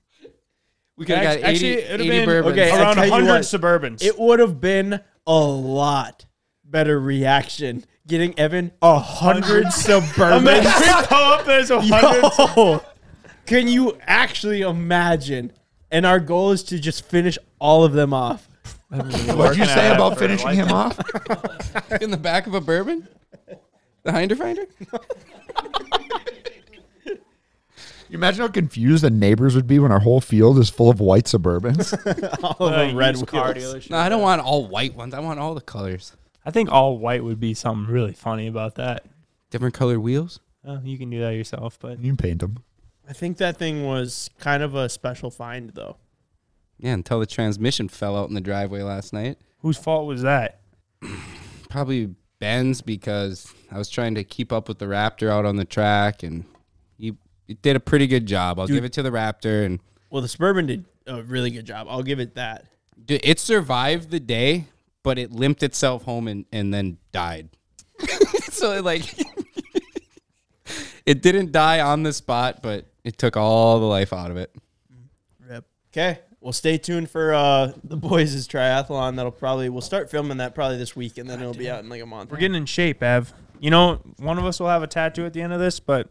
We could have Act- got 80, actually, it'd have 80 been- bourbons. okay, I around tell you 100 what, Suburbans. It would have been a lot better reaction getting Evan a hundred Imagine Suburbans. we pull up as a hundred. Yo, can you actually imagine? And our goal is to just finish all of them off. what did you Working say at it about for a finishing him off? in the back of a bourbon? The Hinder Finder? You imagine how confused the neighbors would be when our whole field is full of white suburbans. All Uh, of them red wheels. No, I don't want all white ones. I want all the colors. I think all white would be something really funny about that. Different color wheels? Uh, you can do that yourself, but you can paint them. I think that thing was kind of a special find, though. Yeah, until the transmission fell out in the driveway last night. whose fault was that? Probably Ben's because I was trying to keep up with the Raptor out on the track and he it did a pretty good job. I'll give it to the Raptor and Well, the Suburban did a really good job. I'll give it that. dude, it survived the day, but it limped itself home and, and then died. so it like it didn't die on the spot, but it took all the life out of it. Okay. Well, stay tuned for uh, the boys' triathlon. That'll probably we'll start filming that probably this week, and then it'll be out in like a month. We're getting in shape, Ev. You know, one of us will have a tattoo at the end of this, but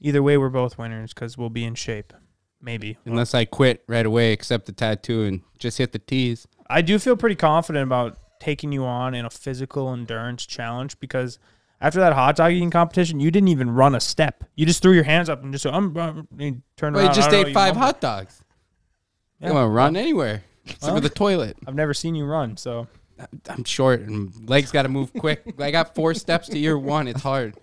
either way, we're both winners because we'll be in shape. Maybe. Unless I quit right away, accept the tattoo and just hit the T's. I do feel pretty confident about taking you on in a physical endurance challenge because after that hot dog eating competition, you didn't even run a step. You just threw your hands up and just I'm, I'm and you turned Well, around. you just I don't know, ate five mumbled. hot dogs. I'm gonna run anywhere except for the toilet. I've never seen you run, so I'm short and legs got to move quick. I got four steps to year one. It's hard.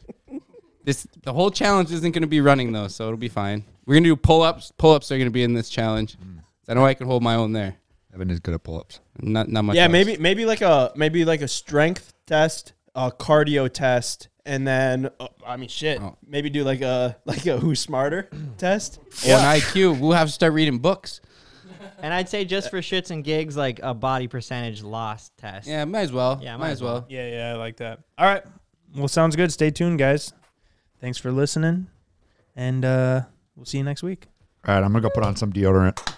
This the whole challenge isn't gonna be running though, so it'll be fine. We're gonna do pull ups. Pull ups are gonna be in this challenge. I know I can hold my own there. Evan is good at pull-ups. Not not much. yeah, else. maybe maybe like a maybe like a strength test, a cardio test, and then uh, I mean shit, Oh. maybe do like a like a who's smarter test. Or an IQ. We'll have to start reading books. And I'd say just for shits and gigs, like a body percentage loss test. Yeah, might as well. Yeah, Yeah, might, as well. yeah, yeah, I like that. All right. Well, sounds good. Stay tuned, guys. Thanks for listening, and uh, we'll see you next week. All right, I'm gonna go put on some deodorant.